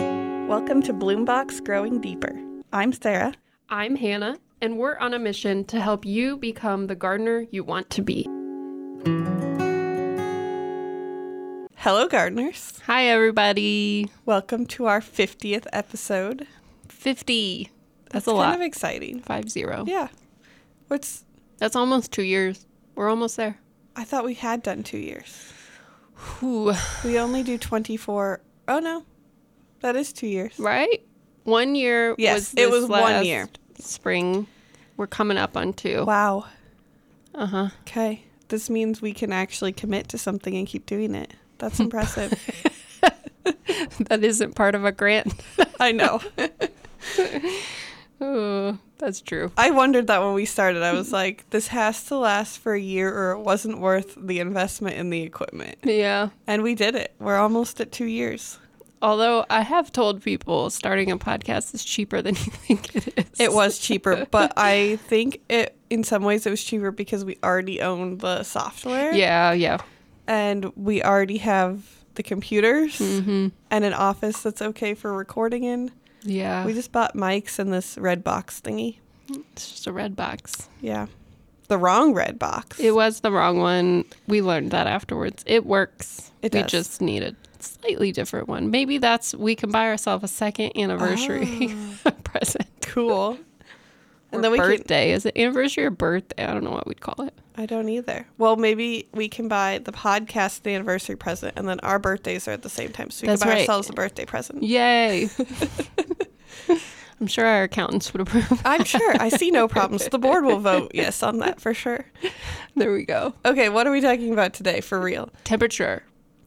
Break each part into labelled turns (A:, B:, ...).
A: Welcome to Bloombox Growing Deeper. I'm Sarah.
B: I'm Hannah, and we're on a mission to help you become the gardener you want to be.
A: Hello, gardeners.
C: Hi, everybody.
A: Welcome to our 50th episode.
C: 50. That's
A: It's
C: a
A: kind
C: lot.
A: of exciting.
C: Five zero.
A: Yeah. What's
C: That's almost two years. We're almost there.
A: I thought we had done two years.
C: Whew.
A: We only do 24. Oh, no. That is two years.
C: Right? One year
A: Yes,
C: was
A: it
C: this
A: was one
C: last
A: year.
C: Spring. We're coming up on two.
A: Wow.
C: Uh huh.
A: Okay. This means we can actually commit to something and keep doing it. That's impressive.
C: That isn't part of a grant.
A: I know.
C: Ooh, that's true.
A: I wondered that when we started. I was like, this has to last for a year or it wasn't worth the investment in the equipment.
C: Yeah.
A: And we did it. We're almost at two years.
C: Although I have told people starting a podcast is cheaper than you think it is.
A: It was cheaper, but I think it in some ways it was cheaper because we already own the software.
C: Yeah, yeah.
A: And we already have the computers and an office that's okay for recording in.
C: Yeah.
A: We just bought mics and this red box thingy.
C: it's just a red box.
A: Yeah. The wrong red box.
C: It was the wrong one. We learned that afterwards. It works.
A: It
C: we
A: does.
C: just need a slightly different one. Maybe that's we can buy ourselves a second anniversary present.
A: cool.
C: And
A: Oh. and then we can
C: birthday. Is it anniversary or birthday? I don't know what we'd call it.
A: I don't either. Well, maybe we can buy the podcast the anniversary present, and then our birthdays are at the same time, so we
C: That's
A: can buy
C: right.
A: ourselves a birthday present.
C: Yay. I'm sure our accountants would approve.
A: I'm sure. I see no problems. The board will vote yes on that for sure.
C: There we go.
A: Okay, what are we talking about today for real?
C: Temperature.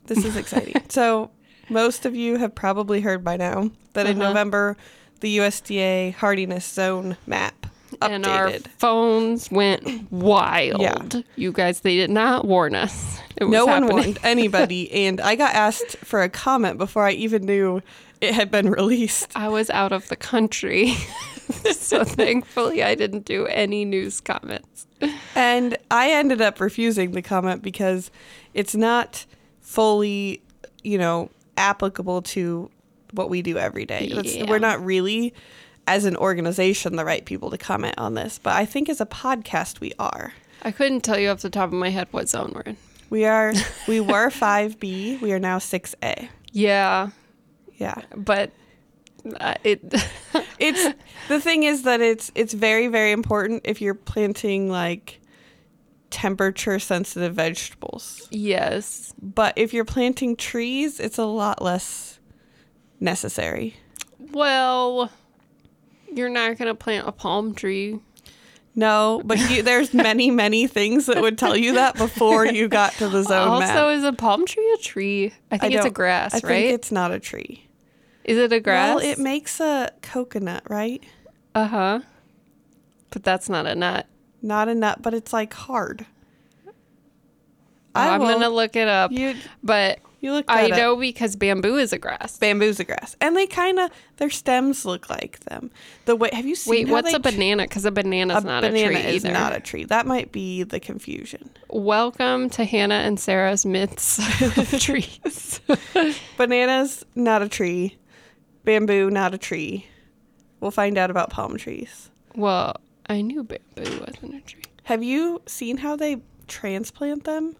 A: This is exciting. so, most of you have probably heard by now that in
C: Uh-huh.
A: November, the USDA hardiness zone map updated.
C: And our phones went wild. You guys, they did not warn us. It was
A: no one
C: happening.
A: warned anybody, and I got asked for a comment before I even knew it had been released.
C: I was out of the country. so thankfully I didn't do any news comments.
A: And I ended up refusing the comment because it's not fully, you know, applicable to what we do every day. That's-
C: Yeah.
A: We're not really, as an organization, the right people to comment on this. But I think as a podcast, we are.
C: I couldn't tell you off the top of my head what zone we're in.
A: We are. We were five B. We are now six A.
C: Yeah,
A: Yeah.
C: but uh, it
A: It's the thing is that it's it's very very important if you're planting like temperature sensitive vegetables.
C: yes.
A: But if you're planting trees, it's a lot less necessary.
C: Well, you're not going to plant a palm tree.
A: No, but you, there's many, many things that would tell you that before you got to the zone
C: also,
A: map.
C: is a palm tree a tree? I think it's a
A: don't-
C: grass,
A: I think
C: right?
A: it's not a tree.
C: Is it a grass?
A: Well, it makes a coconut, right?
C: uh huh. But that's not a nut.
A: Not a nut, but it's like hard.
C: I'm
A: will-
C: going to Oh, look it up.
A: You,
C: but
A: you look.
C: I
A: That Up.
C: know because bamboo is a grass.
A: Bamboo's a grass, and they kind of their stems look like them. The way have you seen?
C: Wait,
A: how
C: what's
A: they
C: a
A: tr-
C: banana? Because a banana
A: A
C: is not
A: banana
C: a tree
A: is
C: either.
A: not a tree. That might be the confusion.
C: Welcome to Hannah and Sarah's myths of trees.
A: Bananas, not a tree. Bamboo, not a tree. We'll find out about palm trees.
C: well, I knew bamboo wasn't a tree.
A: Have you seen how they transplant them?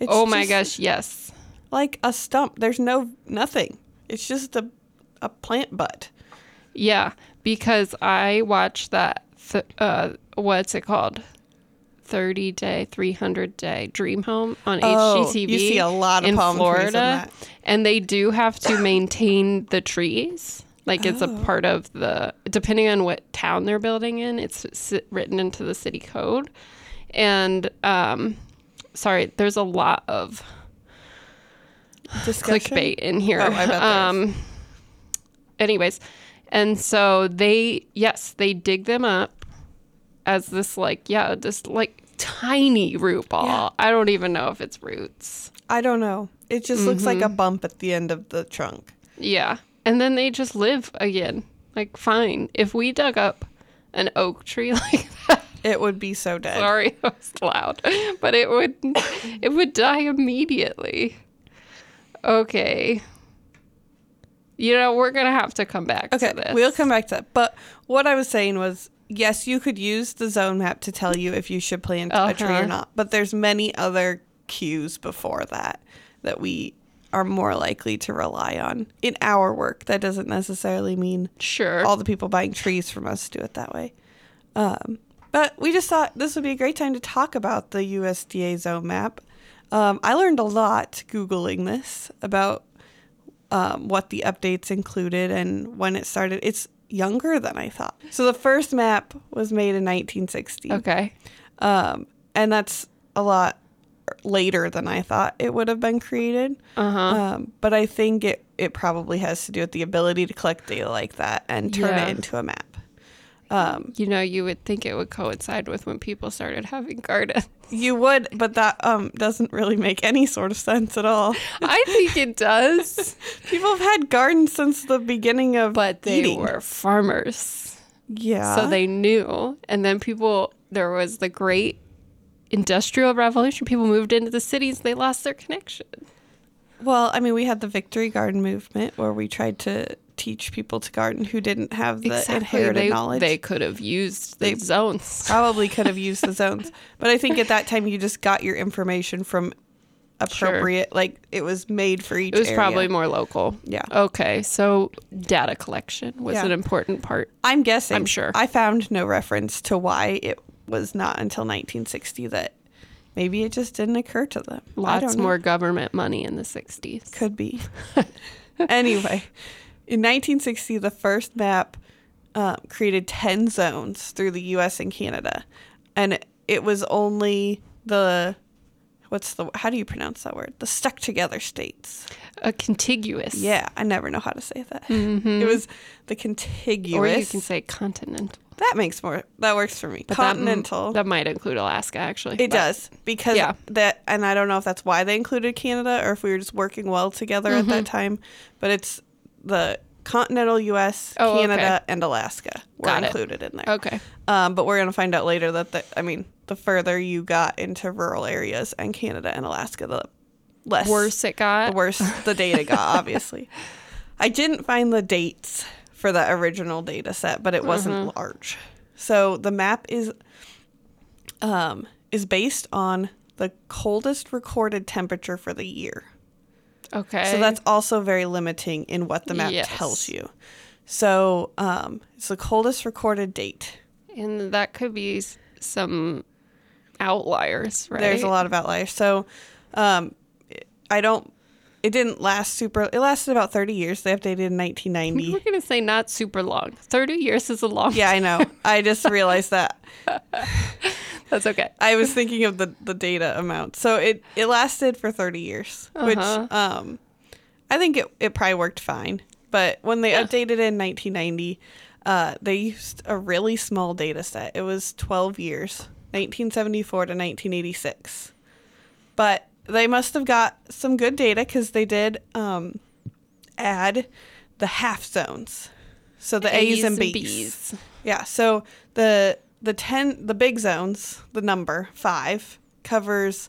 A: It's
C: oh my
A: just
C: gosh, yes.
A: Like a stump. There's no nothing. It's just a a plant butt.
C: Yeah, because I watched that, th- uh, what's it called? 30 day, 300 day dream home on HGTV.
A: Oh, you see a lot of
C: in
A: palm
C: Florida,
A: trees in that.
C: and they do have to maintain the trees. Like it's a
A: Oh.
C: part of the depending on what town they're building in, it's s- written into the city code. And um, sorry, there's a lot of
A: Discussion.
C: clickbait in here.
A: Oh, I bet there is.
C: um, anyways, and so they yes, they dig them up as this like yeah, this like tiny root ball. I don't even know if it's roots.
A: I don't know. It just looks like a
C: Mm-hmm.
A: bump at the end of the trunk.
C: Yeah. And then they just live again. Like, fine. If we dug up an oak tree like that,
A: It would be so dead.
C: sorry, that was loud, but it would it would die immediately. Okay. You know, we're gonna have to come back
A: Okay,
C: to this.
A: we'll come back to that. But what I was saying was, yes, you could use the zone map to tell you if you should plant a tree or
C: Uh-huh.
A: not. But there's many other cues before that that we are more likely to rely on in our work. That doesn't necessarily mean
C: Sure.
A: all the people buying trees from us do it that way. Um, but we just thought this would be a great time to talk about the USDA zone map. Um, I learned a lot Googling this about um, what the updates included and when it started. It's younger than I thought. So the first map was made in 1960.
C: okay.
A: Um, and that's a lot later than I thought it would have been created.
C: Uh huh.
A: Um, but I think it, it probably has to do with the ability to collect data like that and turn
C: Yeah.
A: it into a map. Um,
C: You know, you would think it would coincide with when people started having gardens.
A: You would, but that um, doesn't really make any sort of sense at all.
C: I think it does,
A: People have had gardens since the beginning of
C: but they
A: eating. Ah.
C: were farmers.
A: yeah.
C: So they knew. And then people, there was the great industrial revolution. People moved into the cities, they lost their connection.
A: well, I mean, we had the Victory Garden movement where we tried to teach people to garden who didn't have the inherited
C: they,
A: knowledge.
C: They could have used the
A: They-
C: zones.
A: probably could have used the zones. But I think at that time you just got your information from appropriate, like it was made for each.
C: It was
A: area.
C: probably more local.
A: Yeah.
C: Okay. So data collection was
A: Yeah.
C: an important part.
A: I'm guessing.
C: I'm sure.
A: I found no reference to why it was not until 1960 that maybe it just didn't occur to them. I
C: Lots
A: don't know.
C: more government money in the 60s.
A: Could be. anyway, in 1960, the first map um, created 10 zones through the US and Canada. And it was only the, what's the, how do you pronounce that word? The stuck together states.
C: A contiguous.
A: Yeah, I never know how to say that. It was the contiguous.
C: Mm-hmm. Or you can say continental.
A: that makes more, that works for me.
C: But that m-
A: Continental.
C: That, might include Alaska, actually.
A: It
C: but-
A: does because
C: Yeah.
A: that, and I don't know if that's why they included Canada or if we were just working well together at
C: Mm-hmm.
A: that time. But it's the continental U.S.,
C: Oh, okay.
A: Canada, and Alaska were
C: Got it. Oh.
A: included in there.
C: Okay.
A: Um, but we're gonna find out later that the, I mean, the further you got into rural areas and Canada and Alaska, the less
C: Worse it got.
A: the worse the data got. Obviously, I didn't find the dates for the original data set, but it wasn't
C: Mm-hmm.
A: large. So the map is um, is based on the coldest recorded temperature for the year.
C: Okay.
A: So that's also very limiting in what the map
C: Eh. Yes.
A: tells you. So um, it's the coldest recorded date.
C: And that could be s- some outliers, right?
A: There's a lot of outliers. So um, I don't. It didn't last super. It lasted about 30 years. They updated in 1990.
C: We're going to say not super long. 30 years is a long
A: Yeah, I know. I just realized that.
C: That's okay.
A: I was thinking of the, the data amount. So it, it lasted for 30 years,
C: Uh-huh.
A: which um, I think it, it probably worked fine. But when they updated in 1990, uh, they used a really small data set. It was 12 years, 1974 to 1986. But they must have got some good data because they did um, add the half zones. So the A's, and B's. Yeah, so the the ten the big zones, the number five covers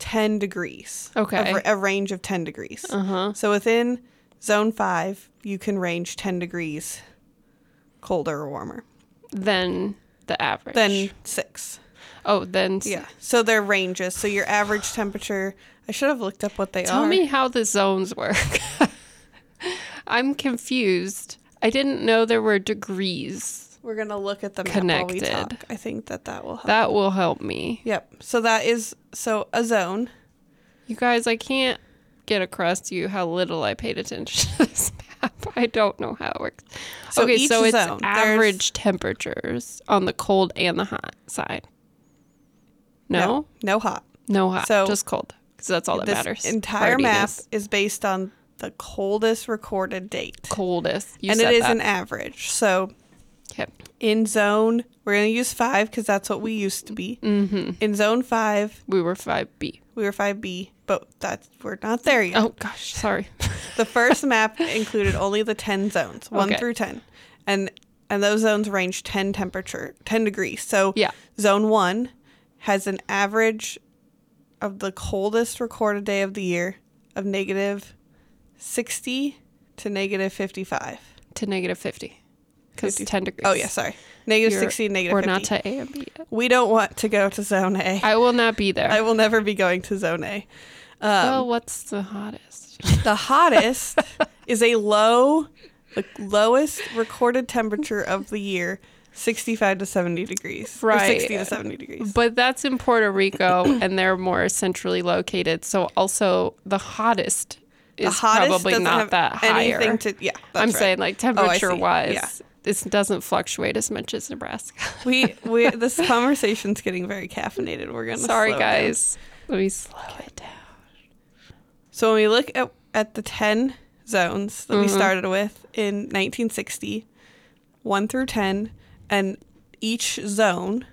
A: ten degrees. a
C: Okay.
A: ra- A, range of ten degrees. Uh-huh. So within zone five, you can range ten degrees colder or warmer
C: Then the average.
A: than six.
C: oh, then s-
A: Yeah. So they're ranges. So your average temperature I should have looked up what they
C: Tell
A: are.
C: me how the zones work. I'm confused. I didn't know there were degrees.
A: We're gonna look at the map while we
C: Connected.
A: talk. I think that that will help.
C: That will help me.
A: yep. So that is so a zone.
C: You guys, I can't get across to you how little I paid attention to this map. I don't know how it works.
A: So
C: okay,
A: each
C: so it's
A: zone, there's-
C: average temperatures on the cold and the hot side. No,
A: No hot.
C: no, hot,
A: So-
C: just cold because that's all that
A: this
C: matters.
A: entire map
C: Hardiness.
A: is based on the coldest recorded date.
C: coldest, you
A: and
C: said
A: it is
C: that.
A: an average. So
C: Okay.
A: in zone, we're going to use five because that's what we used to be. Mm-hmm. In zone five,
C: We were five B.
A: we were 5B, but that's, we're not there yet.
C: Oh gosh, sorry.
A: The first map included only the 10 zones, 1
C: Okay.
A: through 10. And and those zones range 10 temperature, 10 degrees. So
C: Yeah.
A: zone 1 has an average of the coldest recorded day of the year of negative 60 to negative 55.
C: to negative 50 because
A: 50.
C: 10 degrees.
A: Oh, yeah, sorry. Negative
C: You're-
A: 60, negative
C: We're
A: 50.
C: not to A and B yet.
A: we don't want to go to zone A. I
C: I will not be there.
A: will never be going to zone A.
C: well, what's the hottest?
A: The hottest is a low, the lowest recorded temperature of the year, 65 to 70 degrees. Or 60 to
C: Right.
A: 70 degrees.
C: But that's in Puerto Rico, and they're more centrally located. So also the hottest is
A: the hottest
C: probably
A: doesn't
C: not
A: have
C: that higher.
A: anything to, yeah. that's
C: I'm
A: right.
C: saying like
A: Oh, I see.
C: temperature wise,
A: Yeah.
C: this doesn't fluctuate as much as Nebraska.
A: We, we, this conversation's getting very caffeinated. We're going to
C: Sorry, guys. Let me slow it down.
A: So when we look at, at the 10 zones that
C: Mm-hmm.
A: we started with in 1960, 1 through 10, and each zone,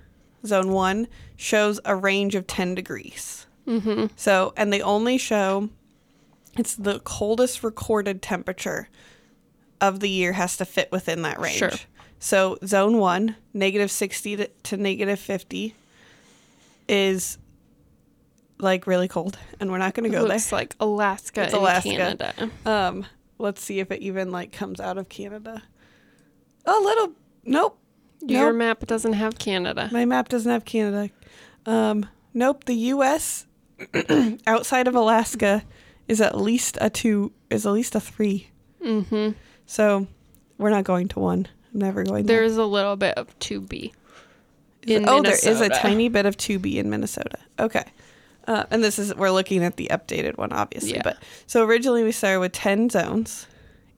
A: zone 1, shows a range of 10 degrees. Mm-hmm. So, and they only show it's the coldest recorded temperature of the year has to fit within that range.
C: Sure.
A: So, zone 1, negative 60 to, to negative 50 is like really cold and we're not going to go there.
C: Looks like Alaska
A: It's
C: and
A: Alaska.
C: Canada.
A: Um, let's see if it even like comes out of Canada. A little. Nope.
C: Your
A: nope.
C: map doesn't have Canada.
A: My map doesn't have Canada. Um, nope. The U.S. outside of Alaska is at least a two. Is at least a three.
C: Mm-hmm.
A: So we're not going to one. I'm never going
C: There
A: there.
C: is a little bit of to be.
A: Is-
C: in
A: oh, there is a
C: Minnesota.
A: tiny bit of two B in Minnesota. Okay. Uh, and this is we're looking at the updated one, obviously.
C: Yeah.
A: But so originally we started with ten zones,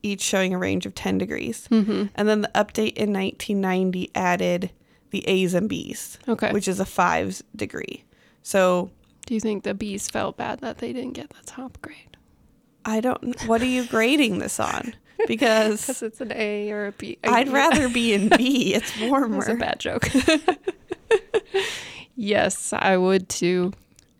A: each showing a range of ten degrees.
C: Mm-hmm.
A: And then the update in 1990 added the A's and B's,
C: Okay.
A: which is a fives degree. So
C: Do you think the bees felt bad that they didn't get the top grade?
A: I don't. What are you grading this on? Because
C: Because it's an A or a B. I-
A: I'd rather be in B. It's
C: That was
A: warmer.
C: a bad joke. yes, I would too.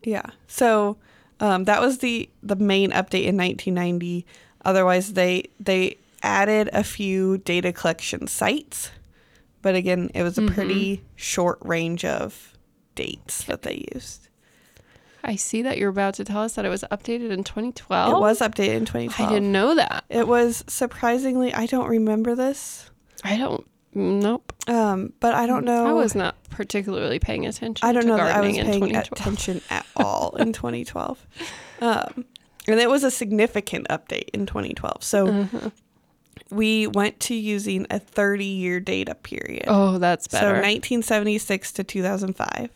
A: Yeah. So um, that was the the main update in 1990. Otherwise, they they added a few data collection sites, but again, it was
C: Mm-hmm.
A: a pretty short range of dates that they used.
C: I see that you're about to tell us that it was updated in 2012.
A: It was updated in 2012.
C: Oh. I didn't know that.
A: It was surprisingly, I don't remember this,
C: I don't. Nope.
A: um, but I don't know.
C: I was not particularly paying attention.
A: I don't
C: to
A: know that I was
C: gardening in
A: paying
C: 2012.
A: attention at all in 2012. Um, and it was a significant update in 2012. So
C: Uh-huh.
A: we went to using a 30 year data period.
C: Oh, that's
A: so
C: better.
A: 1976 to 2005.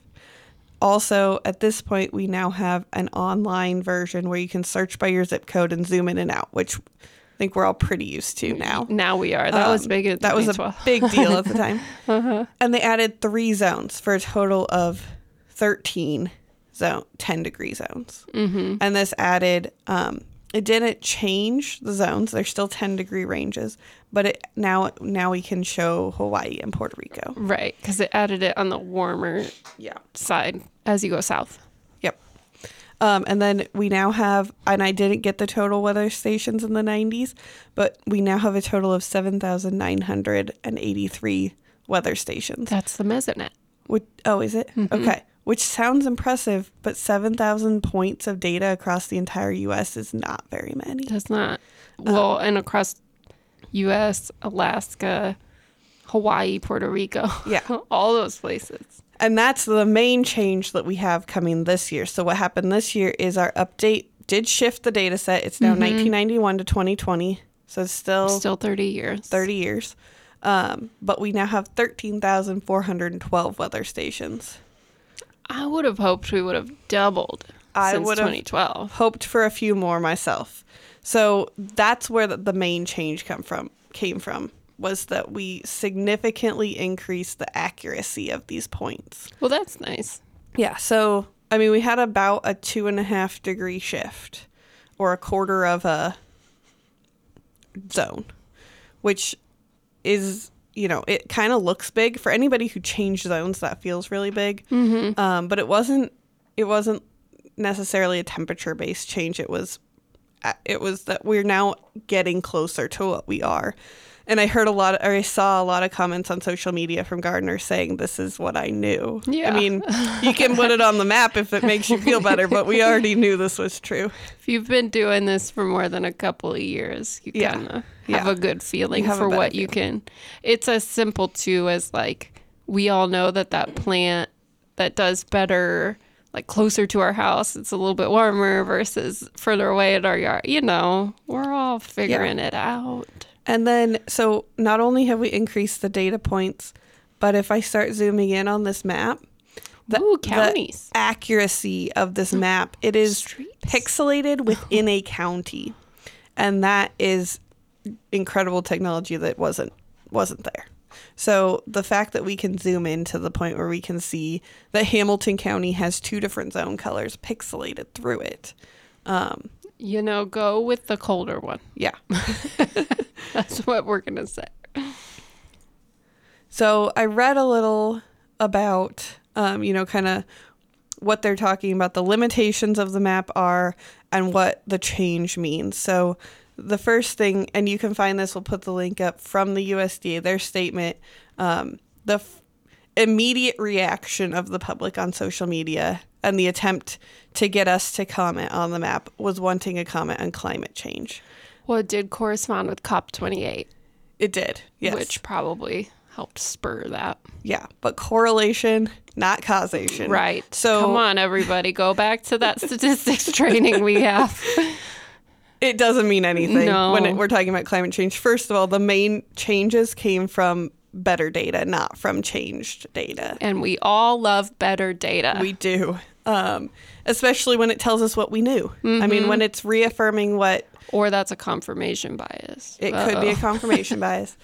A: Also, at this point, we now have an online version where you can search by your zip code and zoom in and out, which I think we're all pretty used
C: Mm-hmm.
A: to now.
C: now we are. That was
A: Um,
C: big. At
A: that was a
C: 2012.
A: big deal at the time. And they added three zones for a total of thirteen zone, ten degree zones. Mm-hmm. And this added, um, it didn't change the zones. They're still ten degree ranges, but it now now we can show Hawaii and Puerto Rico.
C: Right, because it added it on the warmer
A: Yeah.
C: side as you go south.
A: Yep. Um, and then we now have, and I didn't get the total weather stations in the 90s, but we now have a total of 7,983 weather stations.
C: That's the mesonet.
A: Which, oh, is it? Okay. Which sounds impressive, but 7,000 points of data across the entire US is not very many.
C: That's not
A: Uh,
C: well, and across U.S., Alaska, Hawaii, Puerto Rico,
A: Yeah.
C: all those places.
A: And that's the main change that we have coming this year. So, what happened this year is our update did shift the data set. It's now 1991 to 2020. So, it's still
C: Still thirty years.
A: 30 years. Um, but we now have 13,412 weather stations.
C: I would have hoped we would have doubled
A: I
C: since
A: would have-
C: 2012.
A: Hoped for a few more myself. So that's where the- the main change come from came from was that we significantly increased the accuracy of these points.
C: Well, that's nice.
A: Yeah. So I mean, we had about a two and a half degree shift, or a quarter of a zone, which is you know it kind of looks big for anybody who changed zones. That feels really big. Um, but it wasn't. It wasn't necessarily a temperature based change. It was I- it was that we're now getting closer to what we are. And I heard a lot, or I saw a lot of comments on social media from gardeners saying, "This is what I knew."
C: Yeah.
A: I mean, you can put it on the map if it makes you feel better, but we already knew this was true.
C: If you've been doing this for more than a couple of years, you
A: Yeah.
C: kind of have
A: Yeah.
C: a good feeling
A: You have a
C: for
A: better
C: what you can. It's as simple too as like we all know that that plant that does better like closer to our house, it's a little bit warmer versus further away in our yard. You know, we're all figuring it out.
A: And then, so not only have we increased the data points, but if I start zooming in on this map, the,
C: Ooh,
A: the
C: counties.
A: accuracy of this map, it is
C: Streets. Oh.
A: pixelated within a county, and that is incredible technology that wasn't wasn't there. So the fact that we can zoom in to the point where we can see that Hamilton County has two different zone colors pixelated through it.
C: You know, go with the colder one.
A: Yeah.
C: That's what we're gonna say.
A: So I read a little about, um, you know, kind of what they're talking about, the limitations of the map are, and what the change means. So the first thing, and you can find this, we'll put the link up from the USDA, their statement, um, the f- immediate reaction of the public on social media and the attempt to get us to comment on the map was wanting a comment on climate change.
C: Well, it did correspond with COP twenty eight,
A: It did, yes.
C: which probably helped spur that.
A: Yeah, but correlation, not causation.
C: Right.
A: So
C: come on, everybody, go back to that statistics training we have.
A: it doesn't mean anything
C: No.
A: when it, we're talking about climate change. First of all, the main changes came from better data, not from changed data.
C: And we all love better data.
A: We do, um, especially when it tells us what we knew. I
C: Mm-hmm.
A: mean, when it's reaffirming what
C: or that's a confirmation bias.
A: it could be a
C: Uh-oh.
A: confirmation bias.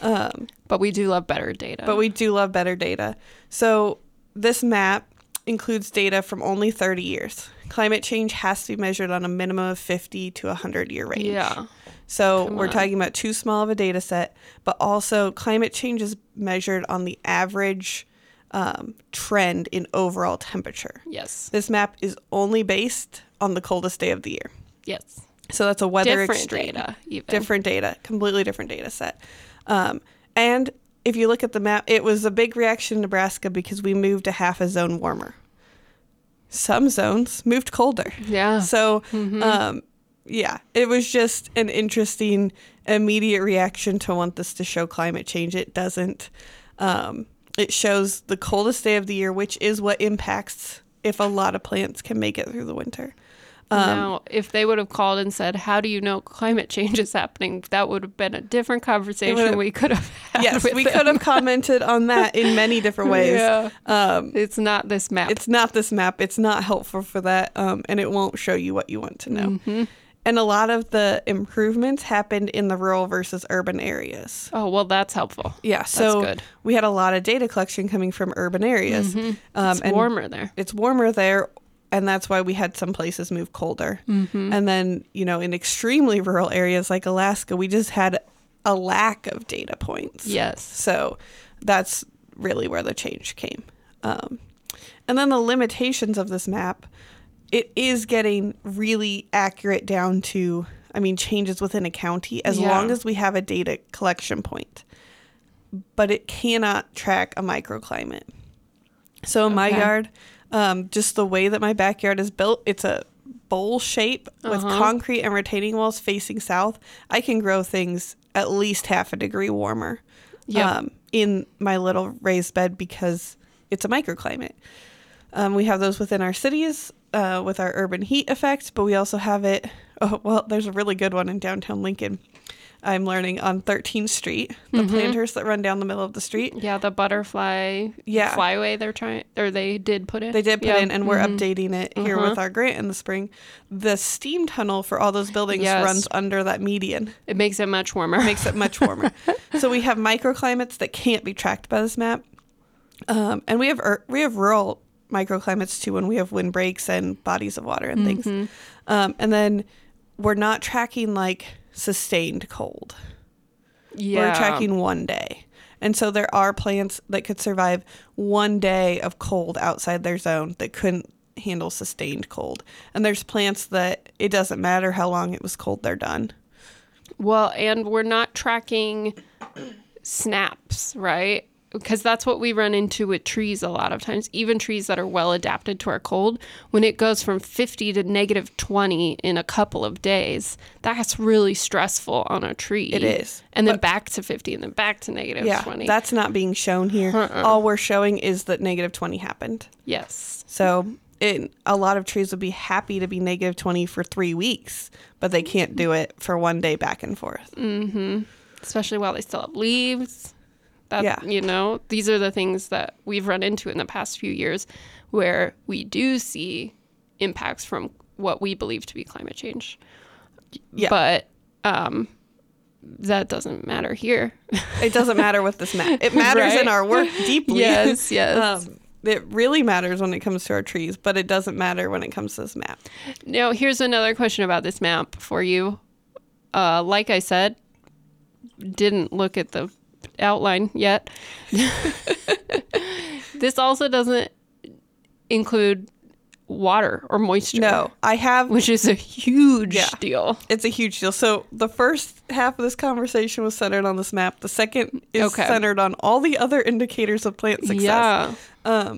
C: but we do love better data.
A: but we do love better data. So this map includes data from only 30 years. Climate change has to be measured on a minimum of 50 to 100 year range.
C: Yeah.
A: So we're talking about too small of a data set, but also climate change is measured on the average um, trend in overall temperature.
C: Yes.
A: This map is only based on the coldest day of the year.
C: Yes.
A: So that's a weather
C: Different
A: extreme.
C: data, even.
A: Different data, completely different data set. Um, and if you look at the map, it was a big reaction in Nebraska because we moved to half a zone warmer. Some zones moved colder.
C: Yeah.
A: So,
C: Mm-hmm.
A: um, yeah, it was just an interesting immediate reaction to want this to show climate change. It doesn't. Um, it shows the coldest day of the year, which is what impacts if a lot of plants can make it through the winter. um,
C: now, if they would have called and said, "How do you know climate change is happening?" That would have been a different conversation
A: would've-
C: we could have had.
A: yes,
C: with
A: we
C: them.
A: could have commented on that in many different ways.
C: Yeah.
A: Um,
C: It's not this map.
A: it's not this map. It's not helpful for that, um, and it won't show you what you want to know.
C: Mm-hmm.
A: And a lot of the improvements happened in the rural versus urban areas.
C: oh well, that's helpful.
A: Yeah, so
C: good. Mm-hmm.
A: we had a lot of data collection coming from urban areas. Um,
C: It's warmer there.
A: It's warmer there, and that's why we had some places move colder.
C: Mm-hmm.
A: And then, you know, in extremely rural areas like Alaska, we just had a lack of data points.
C: Yes.
A: So that's really where the change came. Um, and then the limitations of this map, it is getting really accurate down to, I mean, changes within a county as
C: Yeah.
A: long as we have a data collection point. But it cannot track a microclimate. So in my
C: Okay.
A: yard, um, just the way that my backyard is built, it's a bowl shape with concrete and retaining walls facing south. I can grow things at least half a degree warmer um,
C: Yeah.
A: in my little raised bed because it's a microclimate. Um, we have those within our cities uh, with our urban heat effect, but we also have it. Oh, well, there's a really good one in downtown Lincoln. I'm learning on 13th Street, the planters that run down the middle of the street.
C: Yeah, the butterfly
A: Yeah.
C: flyway they're trying or they did put in.
A: They did put
C: Yeah. Mm-hmm.
A: in, and we're updating it here with our grant in the spring. The steam tunnel for all those buildings
C: Yes.
A: runs under that median,
C: It makes it much warmer.
A: makes it much warmer. so we have microclimates that can't be tracked by this map, um, and we have ur- we have rural microclimates too, when we have wind breaks and bodies of water and
C: Mm-hmm.
A: things, um, and then we're not tracking like sustained cold.
C: yeah.
A: We're tracking one day. And so there are plants that could survive one day of cold outside their zone that couldn't handle sustained cold. And there's plants that it doesn't matter how long it was cold, they're done.
C: Well, and we're not tracking snaps, right? Because that's what we run into with trees a lot of times, even trees that are well adapted to our cold. When it goes from 50 to negative 20 in a couple of days, that's really stressful on a tree.
A: It is.
C: And then back to 50 and then back to negative
A: Yeah,
C: 20.
A: that's not being shown here. All we're showing is that negative 20 happened.
C: yes.
A: So it, a lot of trees would be happy to be negative 20 for three weeks, but they can't do it for one day back and forth.
C: especially while they still have leaves. That
A: Yeah.
C: you know, these are the things that we've run into in the past few years where we do see impacts from what we believe to be climate change.
A: Yeah.
C: But um that doesn't matter here.
A: It doesn't matter with this map. It matters
C: Right?
A: in our work deeply.
C: yes, yes.
A: Um, it really matters when it comes to our trees, but it doesn't matter when it comes to this map.
C: now, here's another question about this map for you. Uh like I said, didn't look at the outline yet. this also doesn't include water or moisture.
A: No, I have
C: Which is a huge
A: Yeah.
C: deal.
A: It's a huge deal. So the first half of this conversation was centered on this map. The second is
C: Okay.
A: centered on all the other indicators of plant success.
C: Yeah.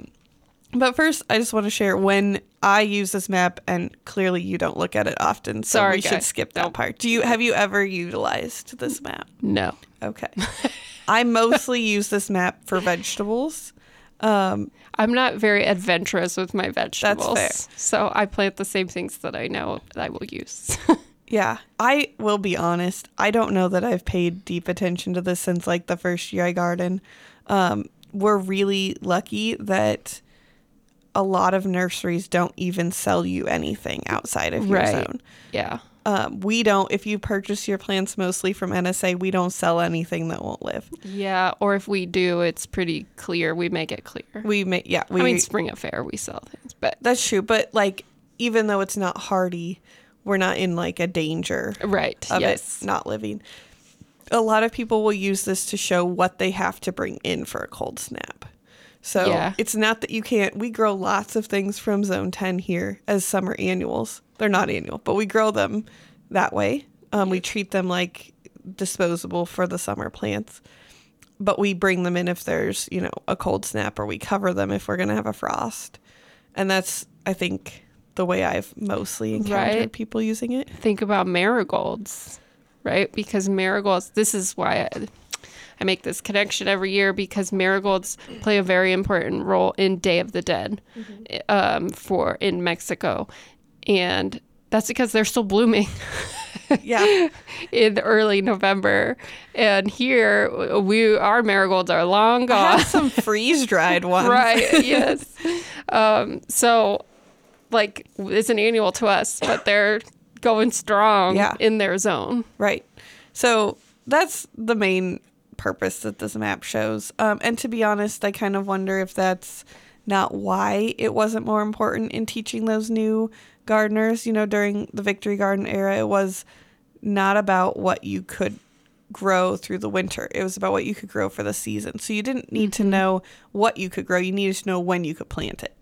A: But first, I just want to share when I use this map, and clearly you don't look at it often, so
C: Sorry,
A: we should
C: guys.
A: skip that
C: Nope.
A: part. Do you have you ever utilized this map?
C: No.
A: Okay, I mostly use this map for vegetables. Um,
C: I'm not very adventurous with my vegetables.
A: fair.
C: So I plant the same things that I know that I will use.
A: Yeah, I will be honest. I don't know that I've paid deep attention to this since like the first year I garden. Um, we're really lucky that a lot of nurseries don't even sell you anything outside of your
C: Right.
A: zone.
C: yeah.
A: Um, we don't. If you purchase your plants mostly from NSA, we don't sell anything that won't live.
C: Yeah. Or if we do, it's pretty clear. We make it clear.
A: We may, yeah, we.
C: I mean, spring at fair, we sell things, but
A: that's true, but like, even though it's not hardy, we're not in like a danger.
C: right.
A: of
C: Yes.
A: it not living. A lot of people will use this to show what they have to bring in for a cold snap. So
C: Yeah.
A: it's not that you can't. We grow lots of things from Zone 10 here as summer annuals. They're not annual, but we grow them that way. Um, we treat them like disposable for the summer plants, but we bring them in if there's, you know, a cold snap or we cover them if we're going to have a frost. And that's, I think, the way I've mostly encountered
C: Right.
A: people using it.
C: think about marigolds, right? Because marigolds, this is why I, I make this connection every year because marigolds play a very important role in Day of the Dead
A: Mm-hmm.
C: um, for in Mexico. And that's because they're still blooming
A: Yeah.
C: in early November. And here, w- we our marigolds are long
A: I
C: gone.
A: have some freeze dried ones.
C: right yes um so like it's an annual to us but they're going strong
A: Yeah.
C: in their zone
A: Right. So that's the main purpose that this map shows. Um, and to be honest, I kind of wonder if that's not why it wasn't more important in teaching those new gardeners. You know, during the Victory Garden era, it was not about what you could grow through the winter. It was about what you could grow for the season. So you didn't need to know what you could grow. You needed to know when you could plant it.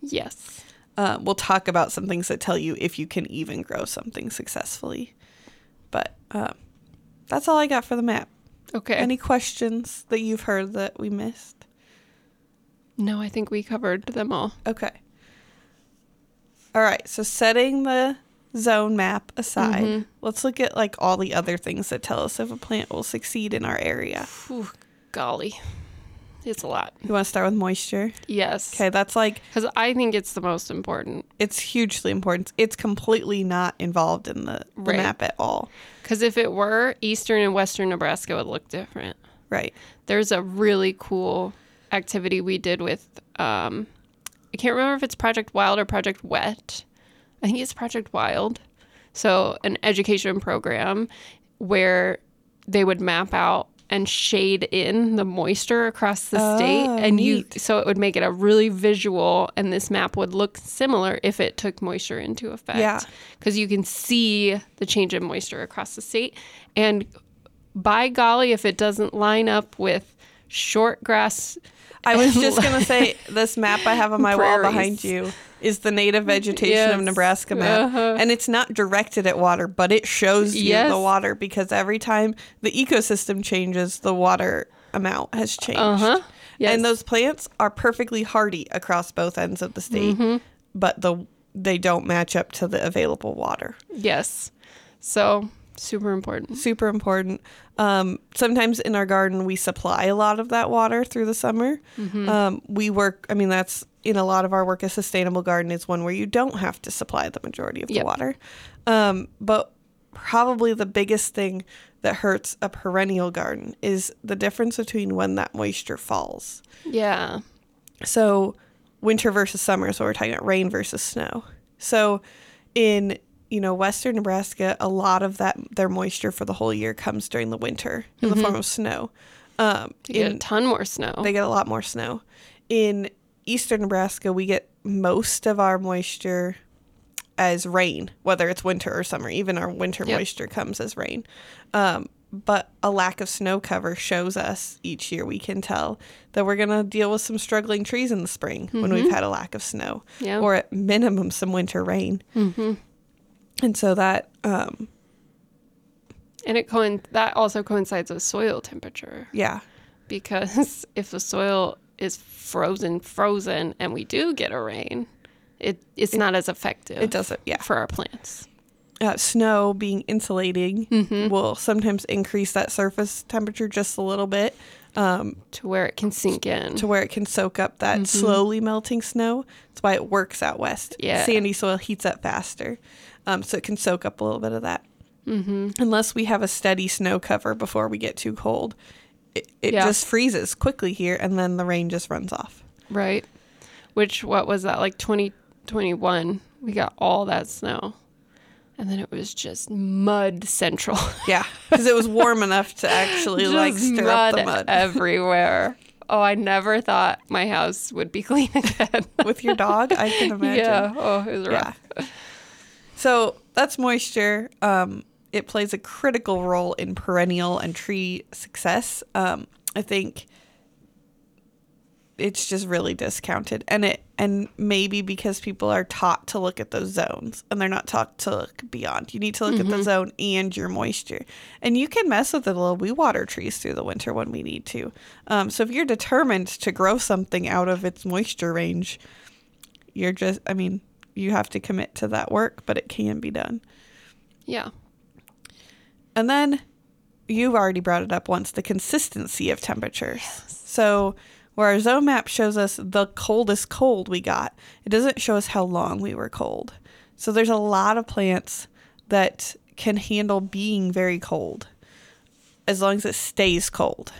C: yes
A: Uh, we'll talk about some things that tell you if you can even grow something successfully. But um, that's all I got for the map.
C: okay
A: Any questions that you've heard that we missed?
C: no i think we covered them all
A: Okay. All right. So setting the zone map aside,
C: Mm-hmm.
A: let's look at like all the other things that tell us if a plant will succeed in our area.
C: Phew, golly it's a lot
A: You want to start with moisture?
C: yes
A: Okay, that's like
C: because i think it's the most important
A: it's hugely important. It's completely not involved in the, the
C: Right.
A: map at all.
C: because if it were eastern and western nebraska would look different
A: Right.
C: there's a really cool activity we did with um I can't remember if it's Project Wild or Project Wet. I think it's Project Wild. So an education program where they would map out and shade in the moisture across the state
A: Oh,
C: and you
A: neat.
C: so it would make it a really visual and this map would look similar if it took moisture into effect
A: Yeah.
C: because you can see the change in moisture across the state and by golly if it doesn't line up with short grass
A: I was just going to say this map I have on my wall
C: Prairies.
A: behind you is the native vegetation of
C: Yes.
A: Nebraska map.
C: Uh-huh.
A: And it's not directed at water, but it shows you
C: Yes.
A: the water because every time the ecosystem changes, the water amount has changed.
C: Uh-huh. Yes.
A: And those plants are perfectly hardy across both ends of the state,
C: Mm-hmm.
A: but the they don't match up to the available water.
C: Yes. So super important.
A: super important. Um, sometimes in our garden, we supply a lot of that water through the summer. Um, we work, I mean, that's in a lot of our work. A sustainable garden is one where you don't have to supply the majority of the
C: Yep.
A: water. Um, but probably the biggest thing that hurts a perennial garden is the difference between when that moisture falls.
C: Yeah.
A: So winter versus summer. So we're talking about rain versus snow. So in you know western Nebraska, a lot of that their moisture for the whole year comes during the winter in the form of snow. Um,
C: You get a
A: in-
C: ton more snow.
A: they get a lot more snow. In eastern Nebraska, we get most of our moisture as rain, whether it's winter or summer. Even our winter
C: Yep.
A: moisture comes as rain. Um, but a lack of snow cover shows us each year we can tell that we're going to deal with some struggling trees in the spring when we've had a lack of snow
C: Mm-hmm. Yeah. Mm-hmm.
A: or at minimum some winter rain. And so that um,
C: and it coin- that also coincides with soil temperature
A: yeah.
C: because if the soil is frozen frozen and we do get a rain, it it's not as effective.
A: It doesn't yeah.
C: for our plants.
A: uh, snow being insulating
C: Mm-hmm.
A: will sometimes increase that surface temperature just a little bit um,
C: To where it can sink in.
A: to where it can soak up that
C: Mm-hmm.
A: slowly melting snow. That's why it works out west.
C: Yeah.
A: Sandy soil heats up faster, um, so it can soak up a little bit of that. Mm-hmm. Unless we have a steady snow cover before we get too cold, it, it
C: Yeah.
A: just freezes quickly here and then the rain just runs off.
C: Right. Which what was that like 2021? we got all that snow. And then it was just mud central.
A: Yeah, because it was warm enough to actually like
C: Just
A: stir up the mud
C: everywhere. Oh, I never thought my house would be clean again.
A: with your dog. I can imagine.
C: yeah. Oh, it was rough.
A: Yeah. So that's moisture. Um, it plays a critical role in perennial and tree success. Um, I think it's just really discounted, and it and maybe because people are taught to look at those zones, and they're not taught to look beyond. You need to look at the zone and your moisture, and you can mess with it a little. We water trees through the winter when we need to. Um, so if you're determined to grow something out of its moisture range, you're just i mean you have to commit to that work but it can be done
C: Yeah.
A: and then you've already brought it up once the consistency of temperatures so where our zone map shows us the coldest cold we got it doesn't show us how long we were cold so there's a lot of plants that can handle being very cold as long as it stays cold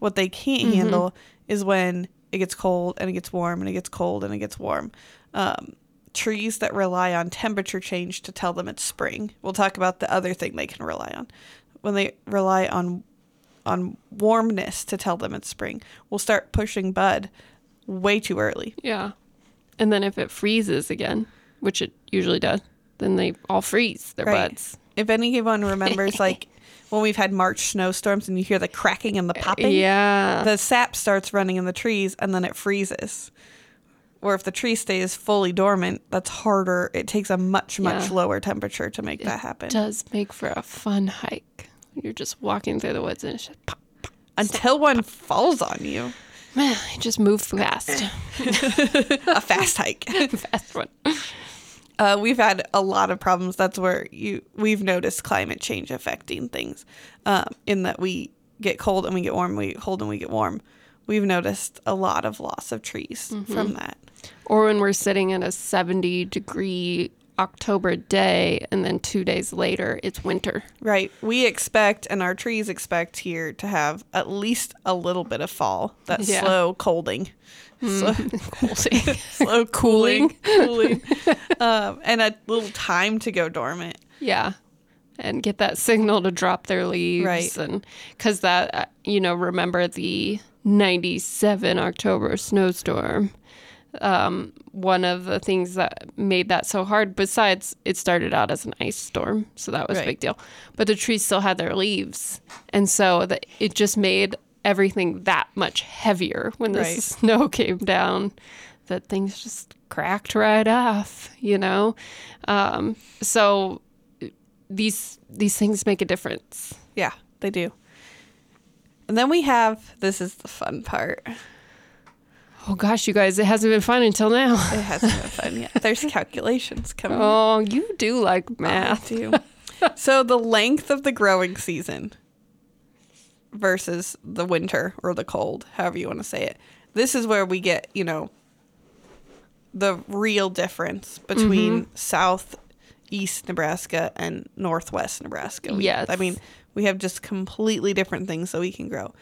A: what they can't handle is when it gets cold and it gets warm and it gets cold and it gets warm um, trees that rely on temperature change to tell them it's spring. We'll talk about the other thing they can rely on. When they rely on on warmness to tell them it's spring, we'll start pushing bud way too early.
C: Yeah. And then if it freezes again, which it usually does, then they all freeze their
A: Right.
C: buds.
A: If anyone remembers like when we've had March snowstorms and you hear the cracking and the popping,
C: Yeah.
A: the sap starts running in the trees and then it freezes. Or if the tree stays fully dormant, that's harder. It takes a much, much
C: Yeah.
A: lower temperature to make that happen.
C: It does make for a fun hike. You're just walking through the woods and it's just pop, pop.
A: Until one falls on you.
C: Man, you just move fast.
A: a fast hike.
C: fast one.
A: Uh, we've had a lot of problems. That's where you we've noticed climate change affecting things. Um, in that we get cold and we get warm, we get cold and we get warm. We've noticed a lot of loss of trees
C: Mm-hmm.
A: from that.
C: Or when we're sitting in a 70 degree October day and then two days later it's winter.
A: Right. We expect and our trees expect here to have at least a little bit of fall. That
C: Yeah.
A: slow colding. Slow,
C: Colding.
A: slow cooling. cooling. um, and a little time to go dormant.
C: yeah. And get that signal to drop their leaves.
A: Right.
C: And because that, uh, you know, remember the 97 October snowstorm. Um, one of the things that made that so hard, besides it started out as an ice storm, so that was a
A: Right.
C: big deal, but the trees still had their leaves. And so the, it just made everything that much heavier when the
A: Right.
C: snow came down that things just cracked right off, you know? Um, so these these things make a difference.
A: Yeah, they do. And then we have this is the fun part.
C: Oh gosh, you guys, it hasn't been fun until now.
A: It hasn't been fun yet. There's calculations coming.
C: Oh, you do like
A: I
C: math.
A: do. so the length of the growing season versus the winter or the cold, however you want to say it. This is where we get, you know, the real difference between southeast Nebraska and northwest Nebraska. We-
C: Yes.
A: I mean, we have just completely different things that we can grow.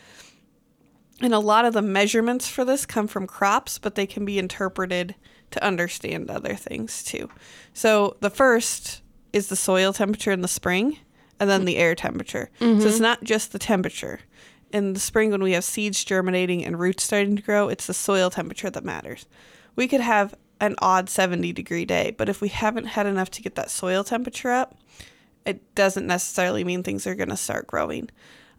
A: And a lot of the measurements for this come from crops, but they can be interpreted to understand other things too. So the first is the soil temperature in the spring and then the air temperature. So it's not just the temperature. In the spring, when we have seeds germinating and roots starting to grow, it's the soil temperature that matters. We could have an odd 70 degree day, but if we haven't had enough to get that soil temperature up, it doesn't necessarily mean things are going to start growing.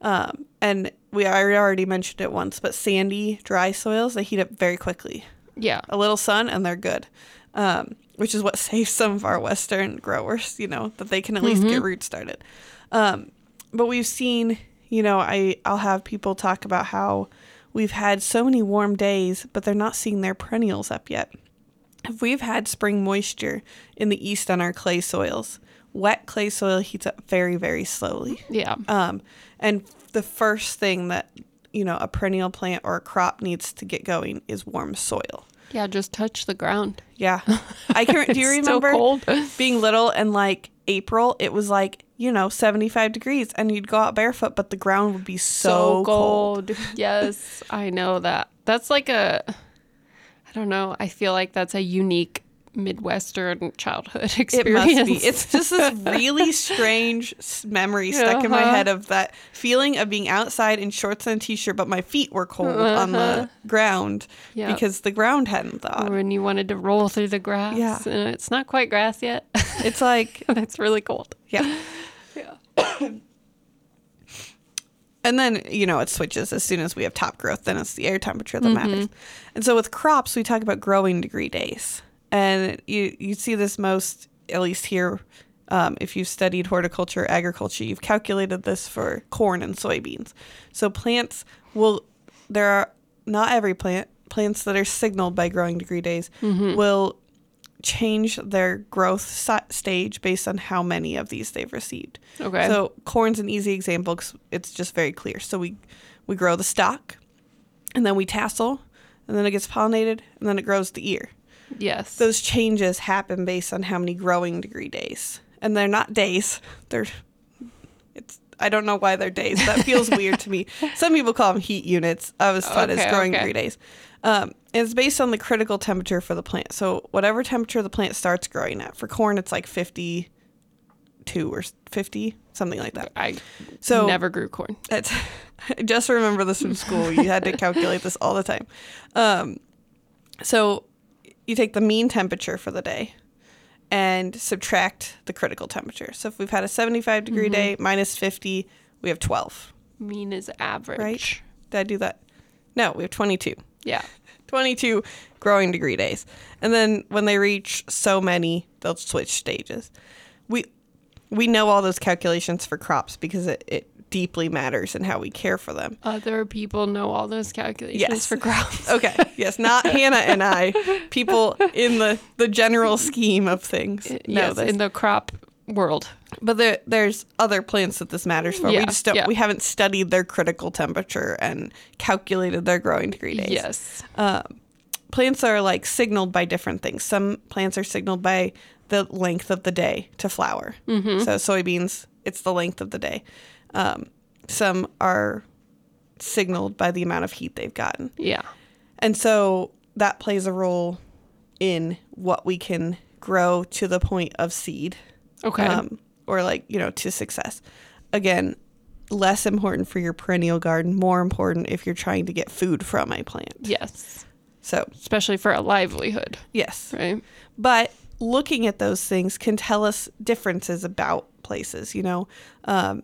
A: Um, and we I already mentioned it once, but sandy, dry soils they heat up very quickly.
C: Yeah.
A: A little sun and they're good, um, which is what saves some of our western growers. You know that they can at least get roots started. Um, but we've seen, you know, I I'll have people talk about how we've had so many warm days, but they're not seeing their perennials up yet. If we've had spring moisture in the east on our clay soils, wet clay soil heats up very very slowly.
C: Yeah.
A: Um, and the first thing that you know a perennial plant or a crop needs to get going is warm soil.
C: Yeah, just touch the ground.
A: Yeah, I can. Do you
C: It's still
A: remember
C: cold.
A: being little and like April? It was like you know seventy five degrees, and you'd go out barefoot, but the ground would be so, cold.
C: yes, I know that. That's like a I don't know, I feel like that's a unique Midwestern childhood
A: It
C: experience.
A: must be. It's just this really strange s- memory stuck in my
C: Uh-huh.
A: head of that feeling of being outside in shorts and a t-shirt, but my feet were cold on
C: Uh-huh.
A: the ground
C: Yep.
A: because the ground hadn't thawed.
C: when you wanted to roll through the grass
A: Yeah.
C: and it's not quite grass yet.
A: It's like
C: that's really cold.
A: Yeah.
C: Yeah.
A: And then, you know, it switches as soon as we have top growth, then it's the air temperature that matters. And so with crops, we talk about growing degree days. And you, you see this most, at least here, um, if you've studied horticulture, agriculture, you've calculated this for corn and soybeans. So plants will, there are not every plant, plants that are signaled by growing degree days will change their growth si- stage based on how many of these they've received.
C: Okay.
A: So corn's an easy example 'cause it's just very clear. So we we grow the stalk, and then we tassel, and then it gets pollinated, and then it grows the ear.
C: Yes.
A: Those changes happen based on how many growing degree days, and they're not days. They're it's I don't know why they're days. That feels weird to me. Some people call them heat units. I was taught as
C: Okay,
A: growing
C: okay.
A: degree days. Um, and it's based on the critical temperature for the plant. So whatever temperature the plant starts growing at. For corn, it's like fifty-two or fifty, something like that.
C: I
A: So
C: never grew corn.
A: it's, I just remember this from school. You had to calculate this all the time. Um, so you take the mean temperature for the day and subtract the critical temperature. So if we've had a 75 degree day minus 50, we have 12,
C: Mean is average.
A: right? Did I do that? No, we have 22.
C: Yeah.
A: 22 growing degree days. And then when they reach so many, they'll switch stages. We we know all those calculations for crops because it, it deeply matters in how we care for them.
C: Other people know all those calculations
A: Yes. Oh,
C: for crops.
A: Okay. Yes, not Hannah and I. People in the, the general scheme of things. know
C: yes,
A: this.
C: in the crop world.
A: but there there's other plants that this matters for. we
C: Yeah,
A: just don't
C: yeah.
A: we haven't studied their critical temperature and calculated their growing degree days. Uh,
C: Yes.
A: plants are like signaled by different things. Some plants are signaled by the length of the day to flower.
C: Mm-hmm.
A: So soybeans, it's the length of the day. Um, some are signaled by the amount of heat they've gotten.
C: Yeah.
A: And so that plays a role in what we can grow to the point of seed
C: Okay.
A: um, or like, you know, to success. Again, less important for your perennial garden, more important if you're trying to get food from a plant.
C: yes.
A: So,
C: Especially for a livelihood,
A: yes.
C: right?
A: but looking at those things can tell us differences about places you know um,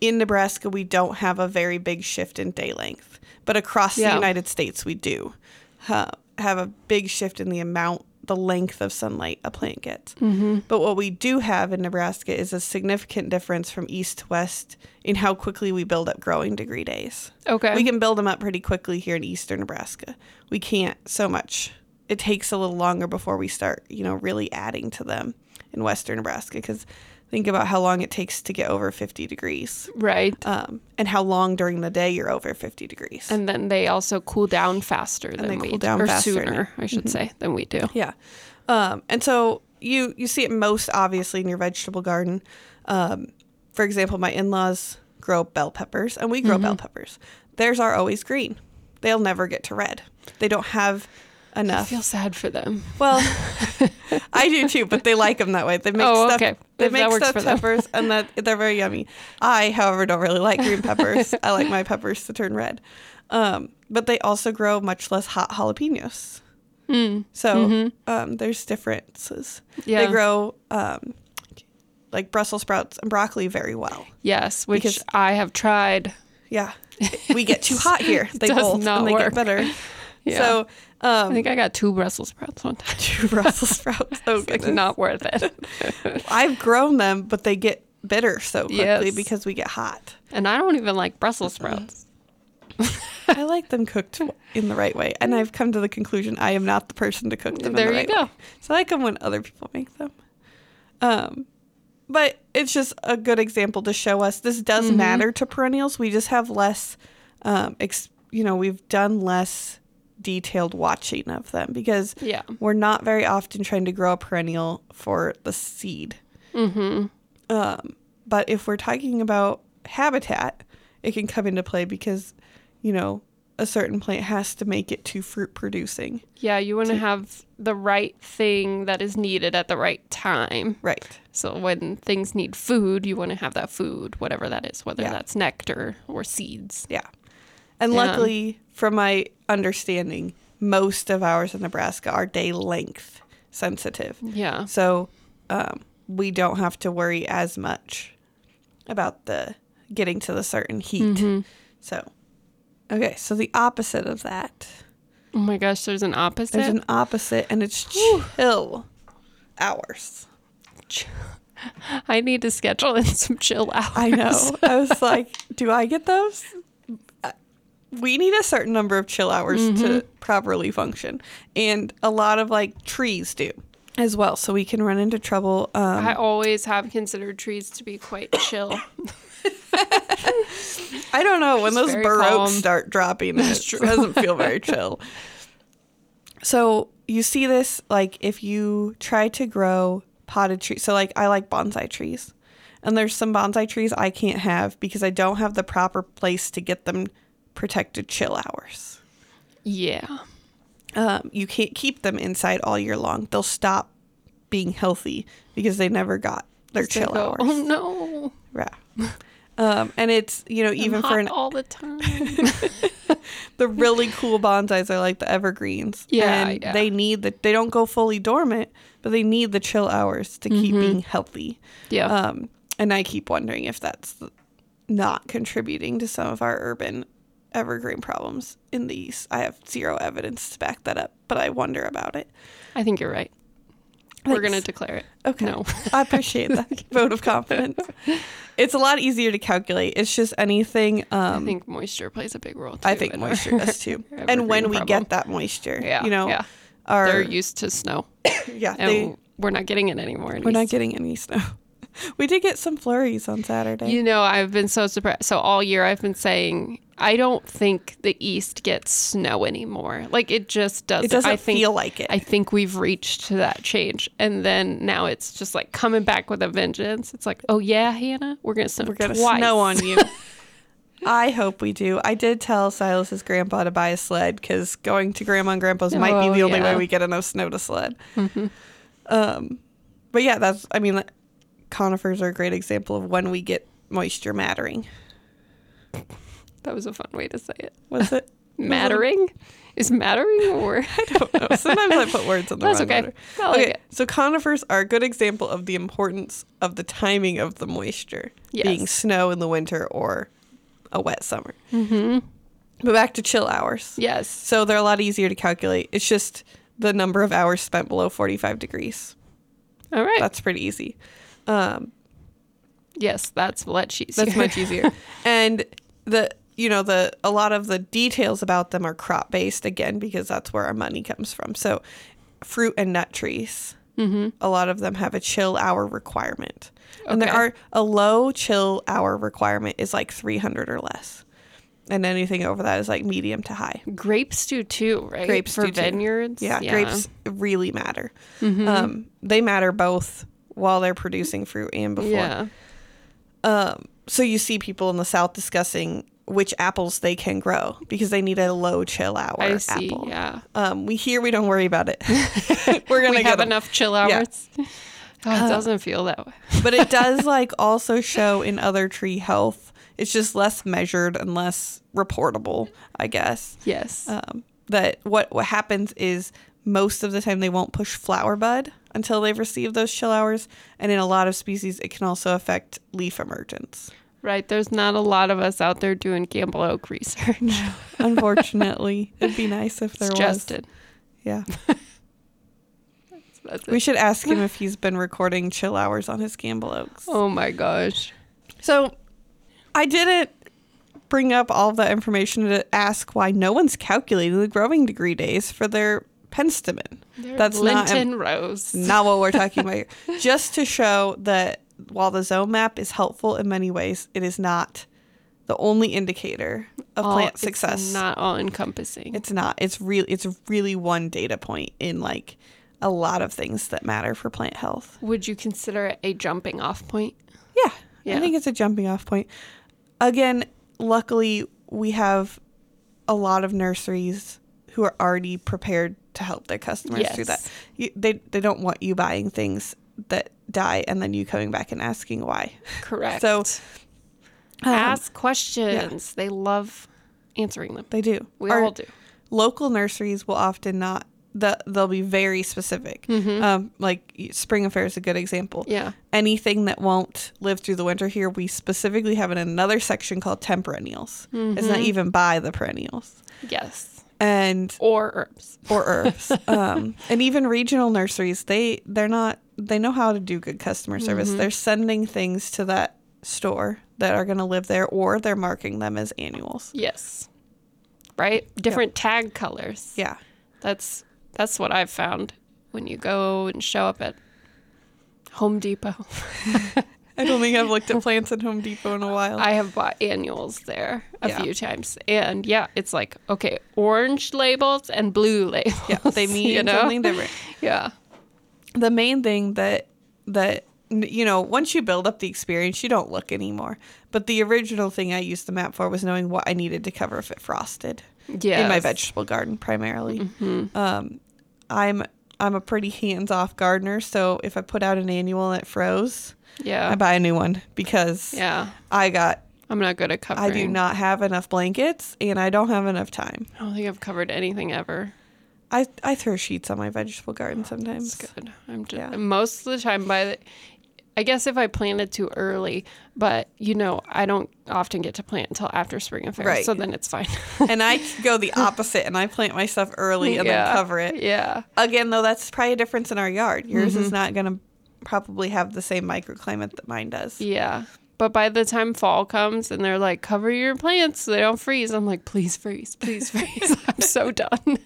A: in Nebraska, we don't have a very big shift in day length, but across the
C: Yeah.
A: United States, we do ha- have a big shift in the amount, the length of sunlight a plant gets. But what we do have in Nebraska is a significant difference from east to west in how quickly we build up growing degree days.
C: Okay.
A: We can build them up pretty quickly here in eastern Nebraska. We can't so much. It takes a little longer before we start, you know, really adding to them in western Nebraska because think about how long it takes to get over 50 degrees
C: right.
A: um, and how long during the day you're over 50 degrees.
C: and then they also cool down faster than
A: they
C: we
A: cool
C: do,
A: down
C: or
A: faster Mm-hmm. than-
C: sooner, I should say, than we do.
A: Yeah. Um, and so you you see it most obviously in your vegetable garden. Um, for example, my in-laws grow bell peppers and we grow bell
C: Mm-hmm.
A: peppers. Theirs are always green. They'll never get to red. They don't have
C: I
A: enough.
C: feel sad for them.
A: well, I do too, but they like them that way. They make
C: Oh,
A: stuff.
C: okay.
A: They
C: If that
A: make
C: works
A: stuffed
C: for them.
A: peppers, and that they're very yummy. I, however, don't really like green peppers. I like my peppers to turn red. Um, but they also grow much less hot jalapenos. So um, there's differences.
C: Mm, Mm-hmm. Yeah.
A: They grow um, like Brussels sprouts and broccoli very well.
C: Yes, which
A: Because-
C: I have tried.
A: Yeah. We get too hot here. They
C: Does
A: bolt
C: not
A: and they get
C: work.
A: better.
C: Yeah.
A: So um,
C: I think I got two Brussels sprouts one time.
A: two Brussels sprouts. Oh,
C: It's
A: goodness.
C: not worth it.
A: I've grown them, but they get bitter so quickly
C: Yes.
A: because we get hot.
C: And I don't even like Brussels sprouts.
A: I like them cooked in the right way, and I've come to the conclusion I am not the person to cook them. in
C: There
A: the
C: you
A: right
C: go.
A: way. So I like them when other people make them. Um, but it's just a good example to show us this does
C: Mm-hmm.
A: matter to perennials. We just have less, um, ex- you know, we've done less detailed watching of them because
C: Yeah.
A: we're not very often trying to grow a perennial for the seed. Mm-hmm. Um, but if we're talking about habitat, it can come into play because, you know, a certain plant has to make it to fruit producing.
C: Yeah, you want to have the right thing that is needed at the right time.
A: Right.
C: So when things need food, you want to have that food, whatever that is, whether
A: Yeah.
C: that's nectar or seeds.
A: Yeah. And
C: Yeah.
A: luckily, from my understanding, most of ours in Nebraska are day length sensitive.
C: Yeah.
A: So um, we don't have to worry as much about the getting to the certain heat. So, okay. So the opposite of that,
C: Oh my gosh, there's an opposite.
A: there's an opposite, and it's chill hours.
C: I need to schedule in some chill hours.
A: I know. I was like, do I get those? Uh, We need a certain number of chill hours to properly function. And a lot of like trees do as well. So we can run into trouble. Um,
C: I always have considered trees to be quite chill.
A: I don't know when
C: She's
A: those
C: very
A: baroques
C: calm.
A: start dropping. It
C: true.
A: doesn't feel very chill. So you see this like if you try to grow potted trees. So like I like bonsai trees, and there's some bonsai trees I can't have because I don't have the proper place to get them protected chill hours.
C: yeah.
A: Um, you can't keep them inside all year long. They'll stop being healthy because they never got their
C: So
A: chill
C: I go,
A: hours.
C: Oh no.
A: Yeah. Um, and it's you know even
C: I'm
A: for
C: hot
A: an
C: all the time.
A: the really cool bonsais are like the evergreens.
C: Yeah,
A: and
C: yeah.
A: they need the they don't go fully dormant, but they need the chill hours to
C: Mm-hmm.
A: keep being healthy.
C: yeah.
A: Um, and I keep wondering if that's not contributing to some of our urban evergreen problems in the east. I have zero evidence to back that up, but I wonder about it.
C: I think you're right. We're
A: Thanks.
C: gonna declare it.
A: Okay.
C: No.
A: I appreciate that vote of confidence. It's a lot easier to calculate. It's just anything um
C: I think moisture plays a big role. Too
A: I think
C: in
A: moisture does too.
C: our
A: and when
C: evergreen
A: we
C: problem.
A: get that moisture,
C: Yeah,
A: you know,
C: yeah.
A: our
C: they're used to snow,
A: yeah,
C: and
A: they,
C: we're not getting it anymore. at
A: we're not
C: least.
A: getting any snow. We did get some flurries on Saturday.
C: You know, I've been so surprised. So all year, I've been saying I don't think the East gets snow anymore. Like it just doesn't.
A: it doesn't
C: I think,
A: feel like it.
C: I think we've reached to that change, and then now it's just like coming back with a vengeance. It's like, oh yeah, Hannah, we're gonna snow
A: we're gonna
C: twice.
A: snow on you. I hope we do. I did tell Silas's grandpa to buy a sled because going to grandma and grandpa's might be
C: Oh,
A: the only way
C: yeah.
A: we get enough snow to sled. Um, but yeah, that's. I mean, like, conifers are a great example of when we get moisture mattering.
C: That was a fun way to say it.
A: Was it?
C: mattering is mattering or
A: don't know. Sometimes I put words in the
C: That's
A: wrong
C: okay.
A: order.
C: I like
A: okay,
C: it.
A: so conifers are a good example of the importance of the timing of the moisture, being
C: Yes.
A: snow in the winter or a wet summer. Mm-hmm. But back to chill hours.
C: yes
A: So they're a lot easier to calculate. It's just the number of hours spent below 45 degrees.
C: all right
A: That's pretty easy. Um,
C: yes that's what she's
A: that's much easier. And the you know the a lot of the details about them are crop based again because that's where our money comes from. So fruit and nut trees. Mm-hmm. A lot of them have a chill hour requirement, and there
C: Okay.
A: are a low chill hour requirement is like 300 or less, and anything over that is like medium to high.
C: grapes do too right
A: Grapes
C: for
A: do too.
C: vineyards
A: Yeah, grapes really matter. Um, they matter both while they're producing fruit and before.
C: yeah
A: Um, so you see people in the South discussing which apples they can grow because they need a low chill hour
C: I see
A: apple.
C: yeah
A: Um, we here we don't worry about it. We're gonna
C: we
A: get
C: have
A: 'em.
C: enough chill
A: Yeah.
C: hours oh, it doesn't feel that way
A: but it does like also show in other tree health. It's just less measured and less reportable, I guess.
C: yes
A: Um, that what what happens is most of the time they won't push flower bud until they've received those chill hours, and in a lot of species it can also affect leaf emergence.
C: right there's not a lot of us out there doing Campbell Oak research
A: Unfortunately, it'd be nice if there
C: it's
A: was.
C: Justin
A: Yeah.
C: That's
A: We
C: it.
A: should ask him if he's been recording chill hours on his Campbell Oaks.
C: oh my gosh
A: So I didn't bring up all the information to ask why no one's calculating the growing degree days for their penstemon. That's not,
C: Linton Rose
A: not what we're talking about here. Just to show that while the zone map is helpful in many ways, it is not the only indicator of
C: All-
A: plant
C: Oh, it's
A: success.
C: not all encompassing
A: It's not. It's real. It's really one data point in like a lot of things that matter for plant health.
C: Would you consider it a jumping off point?
A: Yeah, I
C: Yeah.
A: think it's a jumping off point. Again, luckily we have a lot of nurseries who are already prepared to help their customers through that.
C: Yes.
A: You, they they don't want you buying things that die and then you coming back and asking why.
C: Correct.
A: So um,
C: ask questions. They love answering them.
A: They do.
C: We
A: Our-
C: all do.
A: local nurseries will often not the, they'll be very specific um, like y- spring affair is a good example
C: Yeah.
A: anything that won't live through the winter here we specifically have in another section called temperennials it's
C: Mm-hmm.
A: not even by the perennials
C: Yes.
A: and
C: Or herbs.
A: or herbs um, and even regional nurseries they they're not they know how to do good customer service
C: Mm-hmm.
A: they're sending things to that store that are going to live there or they're marking them as annuals
C: Yes. Right? Different tag colors.
A: yeah
C: That's that's what I've found when you go and show up at Home Depot.
A: i don't think i've looked at plants at home depot in a while
C: I have bought annuals there a
A: Yeah.
C: few times. And yeah, it's like, okay, orange labels and blue labels.
A: Yeah, they mean
C: you know?
A: something different.
C: Yeah.
A: The main thing that that n- you know, once you build up the experience, you don't look anymore. But the original thing I used the map for was knowing what I needed to cover if it frosted in my
C: Yes.
A: vegetable garden primarily. Um, I'm I'm a pretty hands off gardener, so if I put out an annual and it froze,
C: Yeah.
A: I buy a new one because
C: Yeah,
A: I got
C: I'm not good at
A: I
C: covering.
A: do not have enough blankets and I don't have enough time.
C: I don't think I've covered anything ever.
A: I, I throw sheets on my vegetable garden sometimes.
C: It's good. I'm just
A: Yeah.
C: most of the time by the. I guess if I planted too early, but you know, I don't often get to plant until after spring and fair,
A: Right.
C: so then it's fine.
A: and I go the opposite and I plant my stuff early and
C: Yeah.
A: then cover it.
C: Yeah.
A: Again, though, that's probably a difference in our yard. Yours is not going to probably have the same microclimate that mine does.
C: Yeah. But by the time fall comes and they're like, cover your plants so they don't freeze, I'm like, please freeze, please freeze. I'm so done.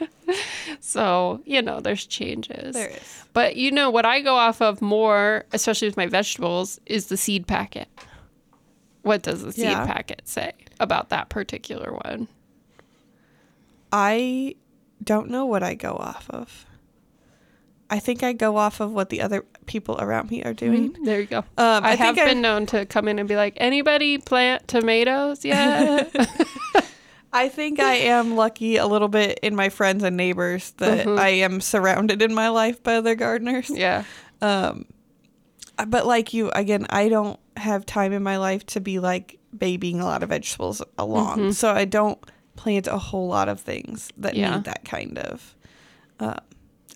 C: so, you know, there's changes.
A: There is.
C: But you know, what I go off of more, especially with my vegetables, is the seed packet. What does the seed
A: Yeah.
C: packet say about that particular one?
A: I don't know what I go off of. I think I go off of what the other people around me are doing.
C: There you go.
A: Um,
C: I,
A: I
C: have
A: think I-
C: been known to come in and be like, anybody plant tomatoes yet?
A: I think I am lucky a little bit in my friends and neighbors that I am surrounded in my life by other gardeners.
C: yeah.
A: Um, I- but like you, again, I don't
C: Mm-hmm.
A: have time in my life to be like babying a lot of vegetables along, so I don't plant a whole lot of things that
C: Yeah.
A: need that kind of uh,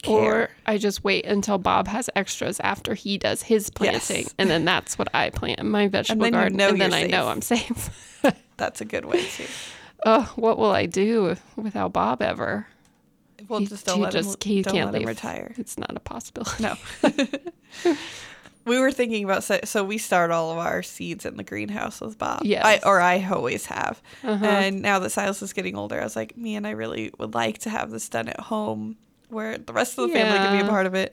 C: Or
A: care.
C: I just wait until Bob has extras after he does his planting, and then that's what I plant in my vegetable
A: then you
C: garden,
A: know
C: and then
A: you're
C: I know
A: safe.
C: I'm safe.
A: That's a good way too.
C: oh, what will I do without Bob ever?
A: Well,
C: He-
A: just don't
C: he
A: let
C: just-
A: him,
C: he
A: don't
C: can't
A: let him
C: leave.
A: retire.
C: It's not a possibility.
A: No. we were thinking about so, so we start all of our seeds in the greenhouse with Bob.
C: Yes. Uh-huh.
A: I, or I always have. And now that Silas is getting older, I was like, man, I really would like to have this done at home where the rest of the family can be a
C: Yeah.
A: part of it.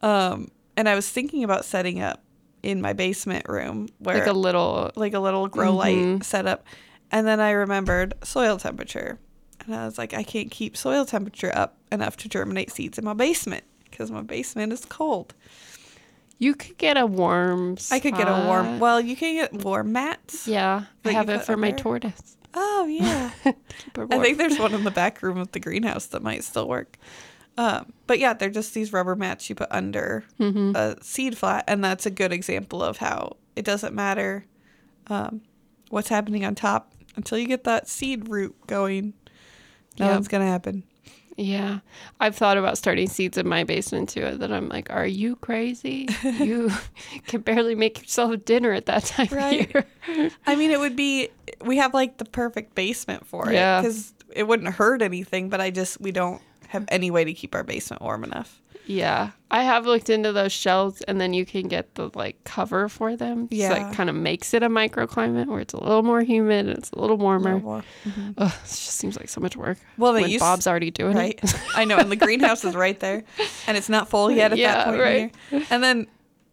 A: Um, and I was thinking about setting up in my basement room where
C: Like a little
A: like a little grow light setup. And then I remembered soil temperature. And I was like, I can't keep soil temperature up enough to germinate seeds in my basement because my basement is cold.
C: You could get a warm.
A: I could get a warm,
C: spot.
A: well, you can get warm mats.
C: yeah,
A: that
C: I
A: you
C: have it
A: put
C: for my
A: over.
C: tortoise.
A: Oh, yeah.
C: Keep her
A: I
C: warm.
A: think there's one in the back room of the greenhouse that might still work. Um, but yeah, they're just these rubber mats you put under
C: Mm-hmm.
A: a seed flat, and that's a good example of how it doesn't matter um, what's happening on top until you get that seed root going. Nothing's gonna happen.
C: yeah, I've thought about starting seeds in my basement too. That I'm like, are you crazy? you can barely make yourself dinner at that time
A: Right.
C: of year.
A: I mean, it would be we have like the perfect basement for it
C: Yeah.
A: because it wouldn't hurt anything. But I just we don't have any way to keep our basement warm enough.
C: Yeah, I have looked into those shells, and then you can get the like cover for them. so
A: Yeah.
C: it kind of makes it a microclimate where it's a little more humid and it's a little warmer.
A: Warm.
C: Ugh, it just seems like so much work.
A: mm-hmm. Well, they
C: when
A: used-
C: Bob's already doing
A: right?
C: it.
A: I know, and the greenhouse is right there, and it's not full yet at that
C: Yeah,
A: point.
C: right.
A: In here. And then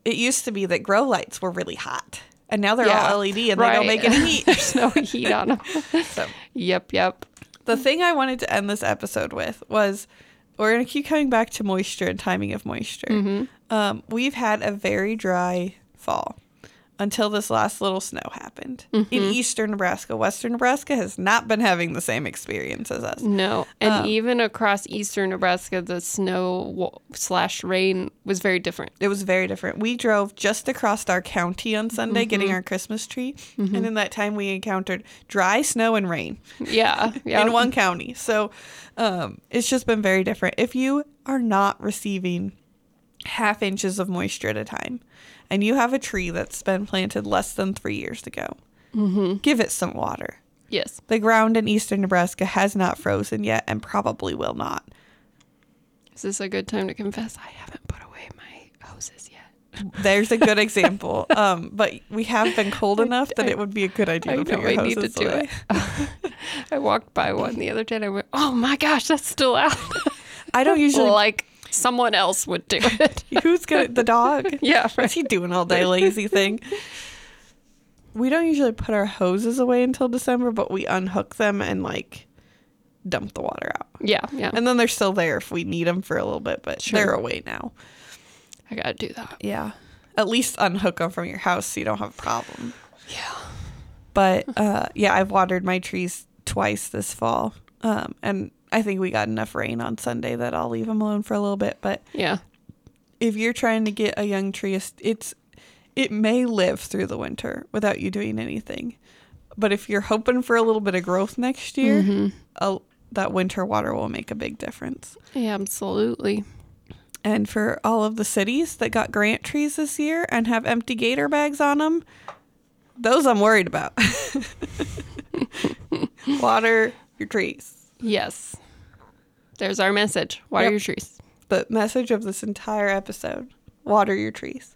A: it used to be that grow lights were really hot, and now they're
C: Yeah,
A: all LED and they
C: right.
A: don't make any heat.
C: There's no heat on them.
A: so
C: yep, yep.
A: the thing I wanted to end this episode with was we're gonna keep coming back to moisture and timing of moisture.
C: Mm-hmm.
A: Um, we've had a very dry fall until this last little snow happened
C: Mm-hmm.
A: in eastern Nebraska. Western Nebraska has not been having the same experience as us.
C: No, and
A: Um,
C: even across eastern Nebraska, the snow wa- slash rain was very different.
A: It was very different. We drove just across our county on Sunday getting our Christmas tree. And in that time, we encountered dry snow and rain
C: Yeah, yeah.
A: in one county. So um, it's just been very different. If you are not receiving half inches of moisture at a time and you have a tree that's been planted less than three years ago, give it some water.
C: yes,
A: The ground in eastern Nebraska has not frozen yet and probably will not.
C: is this a good time to confess? I haven't put away my hoses yet.
A: There's a good example. Um, but we have been cold enough that it would be a good idea
C: I
A: to put
C: know
A: your
C: I need to
A: hoses
C: do
A: away.
C: it. I walked by one the other day and I went, "Oh my gosh, that's still out!"
A: I don't usually.
C: like someone else would do it.
A: who's gonna the dog?
C: yeah,
A: What's
C: right.
A: he doing all day, lazy thing? We don't usually put our hoses away until December, but we unhook them and like dump the water out,
C: yeah, yeah.
A: and then they're still there if we need them for a little bit. But
C: Oh. Sure.
A: they're away now.
C: I gotta do that.
A: Yeah, at least unhook them from your house so you don't have a problem.
C: Yeah.
A: But uh, yeah, I've watered my trees twice this fall, um, and I think we got enough rain on Sunday that I'll leave them alone for a little bit. But
C: Yeah.
A: if you're trying to get a young tree, es- it's it may live through the winter without you doing anything. But if you're hoping for a little bit of growth next year,
C: Mm-hmm.
A: a, that winter water will make a big difference.
C: Yeah, absolutely.
A: And for all of the cities that got grant trees this year and have empty gator bags on them, those I'm worried about. water your trees.
C: Yes. There's our message. Water
A: Yep.
C: your trees.
A: the message of this entire episode water your trees.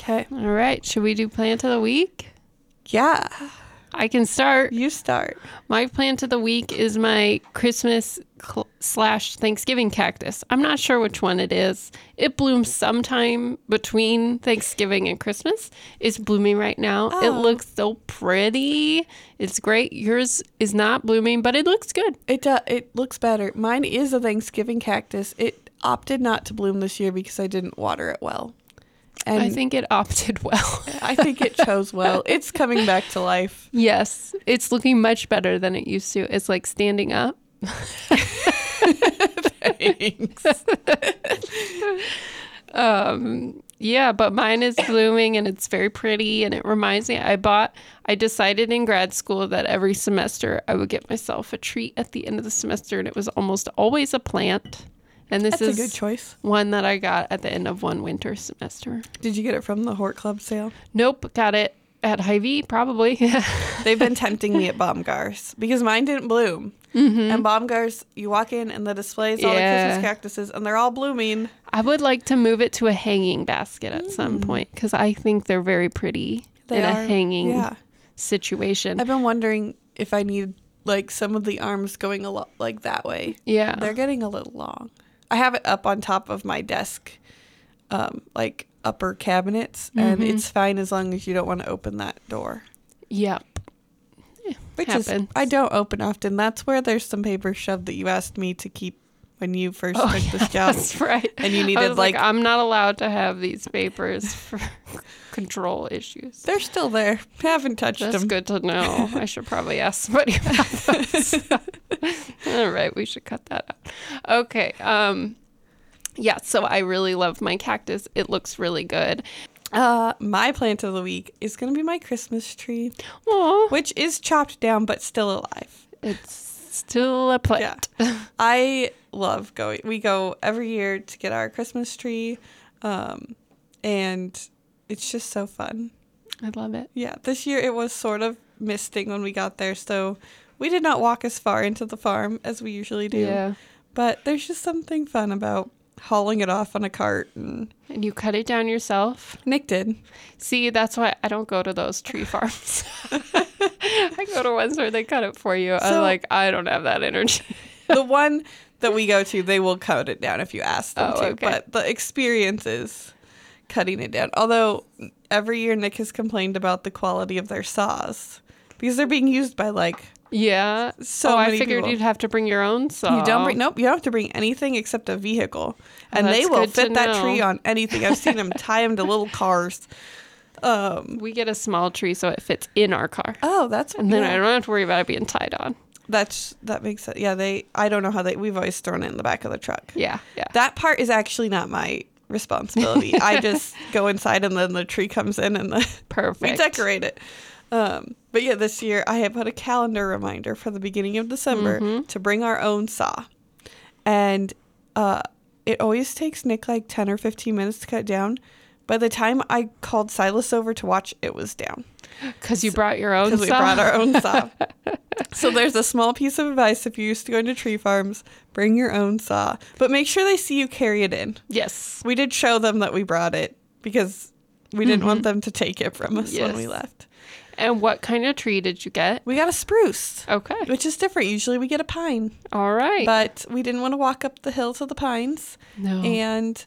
A: Okay.
C: All right. Should we do plant of the week?
A: Yeah.
C: I can start.
A: You start.
C: My plant of the week is my Christmas cl- slash Thanksgiving cactus. I'm not sure which one it is. It blooms sometime between Thanksgiving and Christmas. It's blooming right now. It
A: Oh.
C: looks so pretty. It's great. Yours is not blooming, but it looks good.
A: It do, it looks better. Mine is a Thanksgiving cactus. It opted not to bloom this year because I didn't water it well. And
C: I think it opted well.
A: I think it chose well. It's coming back to life.
C: yes, it's looking much better than it used to. It's like standing up.
A: Thanks.
C: Um, Yeah, but mine is blooming and it's very pretty and it reminds me I bought I decided in grad school that every semester I would get myself a treat at the end of the semester and it was almost always a plant. And this
A: That's
C: is
A: a good choice.
C: one that I got at the end of one winter semester.
A: Did you get it from the Hort Club sale?
C: Nope, got it at Hy-Vee probably.
A: They've been tempting me at Baumgars because mine didn't bloom. And Baumgars, you walk in and the displays all the
C: Yeah.
A: Christmas cactuses and they're all blooming.
C: I would like to move it to a hanging basket at some point because I think they're very pretty
A: Mm. They
C: in
A: are,
C: a hanging
A: yeah.
C: situation.
A: I've been wondering if I need like some of the arms going a lot like that way.
C: yeah.
A: They're getting a little long. I have it up on top of my desk, um, like upper cabinets, and it's fine as long as you don't want to open that door.
C: Yep.
A: Which is
C: Happens.
A: I don't open often. That's where there's some paper shoved that you asked me to keep when you first took this job.
C: That's right.
A: And you
C: Oh, I
A: needed,
C: was like, "Ah."
A: like-
C: I'm not allowed to have these papers for control issues.
A: They're still there. I haven't touched
C: That's
A: them.
C: good to know. I should probably ask somebody about this. All right, we should cut that out. Okay. Um yeah, so I really love my cactus. It looks really good.
A: Uh, my plant of the week is going to be my Christmas tree,
C: Aw,
A: which is chopped down but still alive.
C: it's still a plant.
A: I love going. We go every year to get our Christmas tree, um, and it's just so fun.
C: I love it.
A: Yeah, this year it was sort of misting when we got there, so we did not walk as far into the farm as we usually do.
C: Yeah.
A: But there's just something fun about hauling it off on a cart, and
C: And you cut it down yourself.
A: Nick did.
C: See, that's why I don't go to those tree farms. I go to ones where they cut it for you. I'm
A: So-
C: like, I don't have that energy.
A: the one that we go to, they will cut it down if you ask them
C: Oh,
A: to.
C: okay.
A: But the experience is cutting it down. Although every year Nick has complained about the quality of their saws because they're being used by like
C: Yeah.
A: So
C: oh, I
A: many
C: figured
A: people.
C: you'd have to bring your own saw.
A: you don't bring nope you don't have to bring anything except a vehicle and they
C: Oh, that's
A: will
C: good to
A: fit that
C: know.
A: tree on anything. I've seen them tie them to little cars. Um
C: We get a small tree so it fits in our car.
A: oh that's
C: and then
A: yeah.
C: I don't have to worry about it being tied on.
A: that's that makes sense. Yeah, they I don't know how they we've always thrown it in the back of the truck.
C: Yeah. Yeah.
A: That part is actually not my responsibility. I just go inside and then the tree comes in and the, we
C: Perfect.
A: decorate it. Um, but yeah, this year I have put a calendar reminder for the beginning of December to bring our own saw. And uh, it always takes Nick like 10 or 15 minutes to cut down. By the time I called Silas over to watch, it was down
C: Because you brought your own
A: because
C: saw.
A: we brought our own saw. so there's a small piece of advice if you're used to going to tree farms, bring your own saw, but make sure they see you carry it in.
C: yes.
A: We did show them that we brought it because we didn't want them to take it from us when we
C: Mm-hmm. Yes.
A: left.
C: And what kind of tree did you get?
A: We got a spruce,
C: Okay.
A: which is different. Usually we get a pine,
C: All right.
A: but we didn't want to walk up the hill to the pines,
C: no.
A: and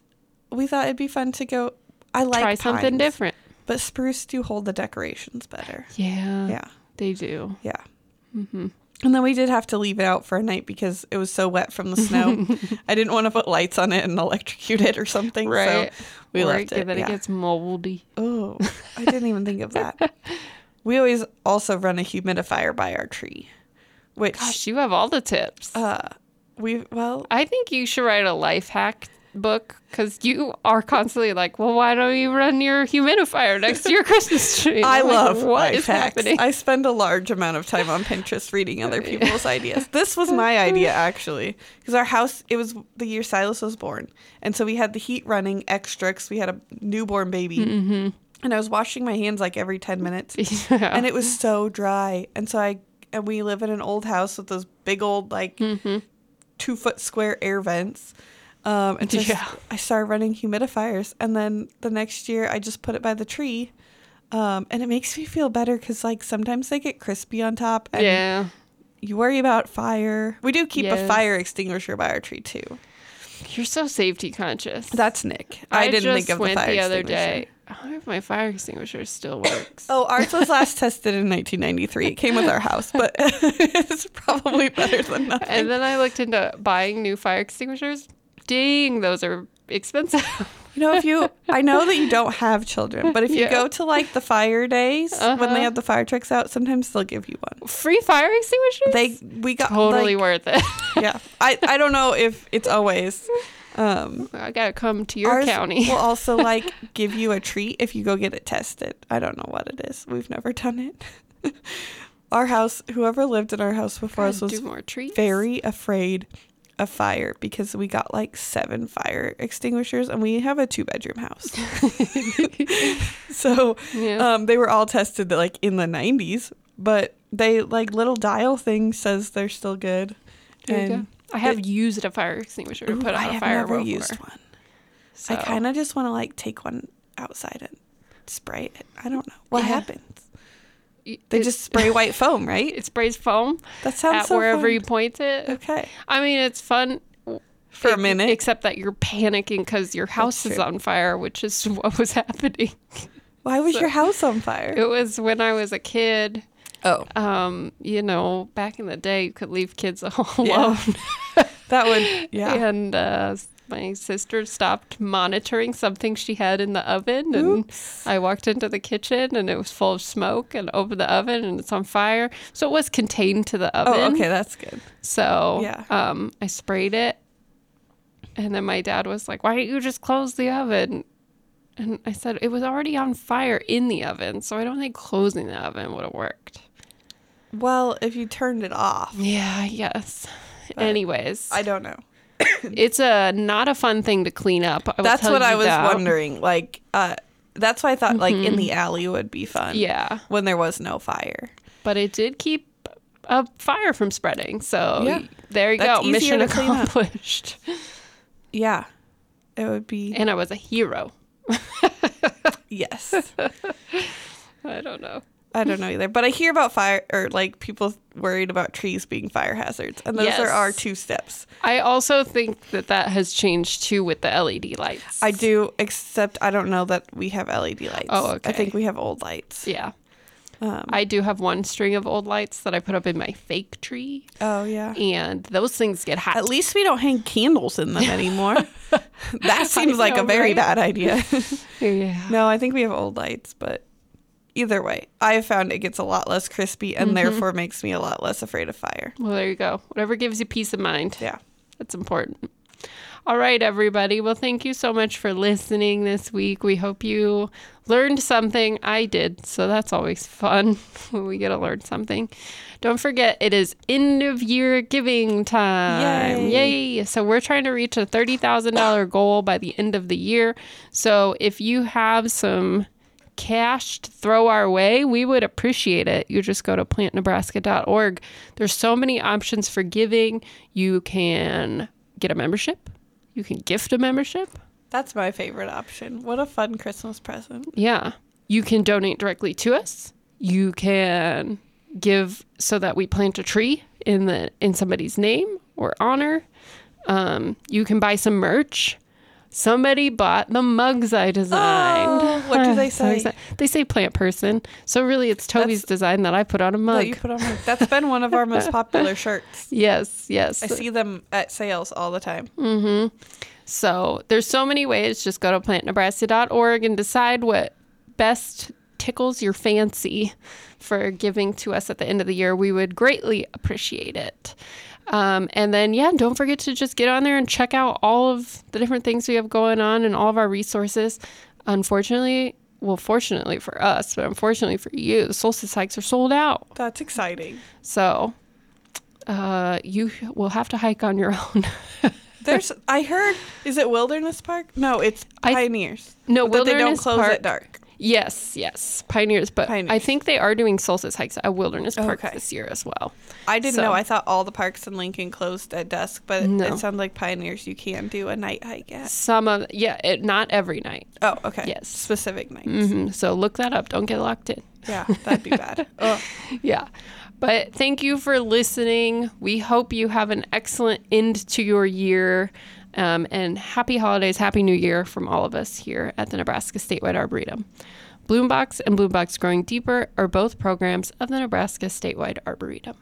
A: we thought it'd be fun to go. I like
C: Try something
A: pines,
C: different.
A: but spruce do hold the decorations better.
C: Yeah.
A: Yeah.
C: They do. Mm-hmm.
A: Yeah. And then we did have to leave it out for a night because it was so wet from the snow. I didn't want to put lights on it and electrocute it or something.
C: Right.
A: So we
C: Or
A: left
C: get-
A: it.
C: That it
A: yeah.
C: gets moldy.
A: oh, I didn't even think of that. We always also run a humidifier by our tree, which
C: Gosh, you have all the tips.
A: uh, we well
C: I think you should write a life hack book because you are constantly like, well, why don't you run your humidifier next to your Christmas tree?
A: I
C: I'm like,
A: love
C: "What
A: life
C: is
A: hacks.
C: happening?
A: I spend a large amount of time on Pinterest reading other people's ideas. This was my idea actually, because our house it was the year Silas was born, and so we had the heat running extra 'cause we had a newborn baby,
C: Mm-hmm.
A: and I was washing my hands like every ten minutes,
C: Yeah.
A: and it was so dry, and so I and we live in an old house with those big old like
C: Mm-hmm.
A: two foot square air vents. Um, and so I s-
C: Yeah.
A: I started running humidifiers, and then the next year I just put it by the tree, um, and it makes me feel better because like sometimes they get crispy on top, and
C: yeah.
A: you worry about fire. We do keep a
C: Yes.
A: fire extinguisher by our tree too.
C: You're so safety conscious.
A: That's Nick. I, didn't
C: just
A: think of
C: went
A: the fire
C: other
A: extinguisher.
C: day. I wonder if my fire extinguisher still works.
A: Oh, ours was last tested in 1993. It came with our house, but it's probably better than nothing.
C: and then I looked into buying new fire extinguishers. Dang, those are expensive.
A: You know, if you, I know that you don't have children, but if you
C: Yeah. Uh-huh.
A: go to like the fire days when they have the fire trucks out, sometimes they'll give you one.
C: Free fire extinguishers?
A: They, we got
C: totally
A: like,
C: worth it.
A: yeah. I, I don't know if it's always, Um,
C: I gotta come to your
A: ours
C: county.
A: will also like give you a treat if you go get it tested. I don't know what it is. We've never done it. our house, whoever lived in our house before us
C: Gotta
A: was
C: do more treats.
A: very afraid of fire because we got like seven fire extinguishers and we have a two bedroom house. so
C: Yeah.
A: um, they were all tested like in the 90s, but they like little dial thing says they're still good.
C: There you go.
A: and-
C: I have used a fire extinguisher to
A: Ooh,
C: put out
A: I
C: a
A: have
C: fire.
A: never
C: before,
A: used one.
C: So.
A: I kind of just want to like take one outside and spray it. I don't know what
C: Yeah.
A: happens. They just spray white foam, right?
C: it sprays foam
A: That sounds
C: at
A: so
C: wherever
A: fun.
C: you point it.
A: okay.
C: I mean, it's fun
A: For a
C: e-
A: minute.
C: except that you're panicking because your house is
A: true.
C: on fire, which is what was happening.
A: Why was your house on fire?
C: It was when I was a kid.
A: oh,
C: Um, you know, back in the day, you could leave kids at home
A: Yeah.
C: alone.
A: that would yeah.
C: And uh, my sister stopped monitoring something she had in the oven, and I walked into the kitchen, and it was full of smoke, and opened the oven, and it's on fire. So it was contained to the oven.
A: Oh, okay, that's good.
C: So
A: Yeah.
C: um, I sprayed it. And then my dad was like, Why don't you just close the oven? And I said, It was already on fire in the oven. So I don't think closing the oven would have worked.
A: Well, if you turned it off,
C: Yeah, yes. Anyways,
A: I don't know.
C: it's a not a fun thing to clean up. I will
A: That's
C: tell
A: what
C: you
A: I was
C: that.
A: wondering. Like, uh, that's why I thought like in the alley would be fun.
C: Mm-hmm. Yeah,
A: when there was no fire.
C: but it did keep a fire from spreading. So
A: Yeah.
C: there you
A: That's
C: go, mission
A: easier to clean up.
C: accomplished.
A: Yeah, it would be
C: And I was a hero.
A: yes.
C: I don't know.
A: I don't know either, but I hear about fire or like people worried about trees being fire hazards, and those are our
C: Yes.
A: two steps.
C: I also think that that has changed too with the LED lights.
A: I do, except I don't know that we have LED lights.
C: Oh,
A: I think
C: okay.
A: we have old lights.
C: yeah.
A: Um,
C: I do have one string of old lights that I put up in my fake tree,
A: oh yeah.
C: and those things get hot.
A: At least we don't hang candles in them anymore. that seems like
C: know,
A: a very
C: right?
A: bad idea.
C: yeah.
A: no, I think we have old lights, but either way, I have found it gets a lot less crispy
C: Mm-hmm.
A: and therefore makes me a lot less afraid of fire.
C: Well, there you go. Whatever gives you peace of mind.
A: Yeah.
C: That's important. All right, everybody. Well, thank you so much for listening this week. We hope you learned something. I did, so that's always fun when we get to learn something. Don't forget, it is end of year giving time.
A: Yay.
C: Yay! So we're trying to reach a $30,000 goal by the end of the year. So if you have some cash to throw our way, we would appreciate it. You just go to plantnebraska.org. There's so many options for giving. You can get a membership. You can gift a membership.
A: That's my favorite option. What a fun Christmas present.
C: Yeah. You can donate directly to us. You can give so that we plant a tree in the in somebody's name or honor. Um, you can buy some merch. Somebody bought the mugs I designed.
A: Oh, what do they
C: So
A: say?
C: excited. they say plant person. So really it's Toby's design that I put on a
A: that
C: mug.
A: you put on work. That's been one of our most popular shirts.
C: yes, yes. Mm.
A: I see them at sales all the time.
C: So there's so many ways. Just go to plantnebraska.org and decide what best tickles your fancy for giving to us at the end of the year. We would greatly appreciate it. Um, and then, yeah, don't forget to just get on there and check out all of the different things we have going on and all of our resources. Unfortunately, well, fortunately for us, but unfortunately for you, the solstice hikes are sold out.
A: That's exciting.
C: So uh, you will have to hike on your own.
A: There's I heard is it Wilderness Park? No, it's
C: I-
A: Pioneers.
C: no,
A: But they don't
C: Wilderness
A: close
C: Park-
A: at dark.
C: Yes, yes, pioneers. But I
A: Pioneers.
C: think they are doing solstice hikes at Wilderness Park
A: Okay.
C: this year as well.
A: I didn't
C: So-
A: know. I thought all the parks in Lincoln closed at dusk, but
C: No.
A: it sounds like Pioneers you can do a night hike at.
C: Some of yeah, it, not every night.
A: Oh, okay.
C: Yes.
A: Specific nights.
C: Mhm, So look that up. Don't get locked in.
A: Yeah, that'd be bad. Ugh.
C: Yeah. But thank you for listening. We hope you have an excellent end to your year. Um, and happy holidays, happy new year from all of us here at the Nebraska Statewide Arboretum. Bloombox and Bloombox Growing Deeper are both programs of the Nebraska Statewide Arboretum.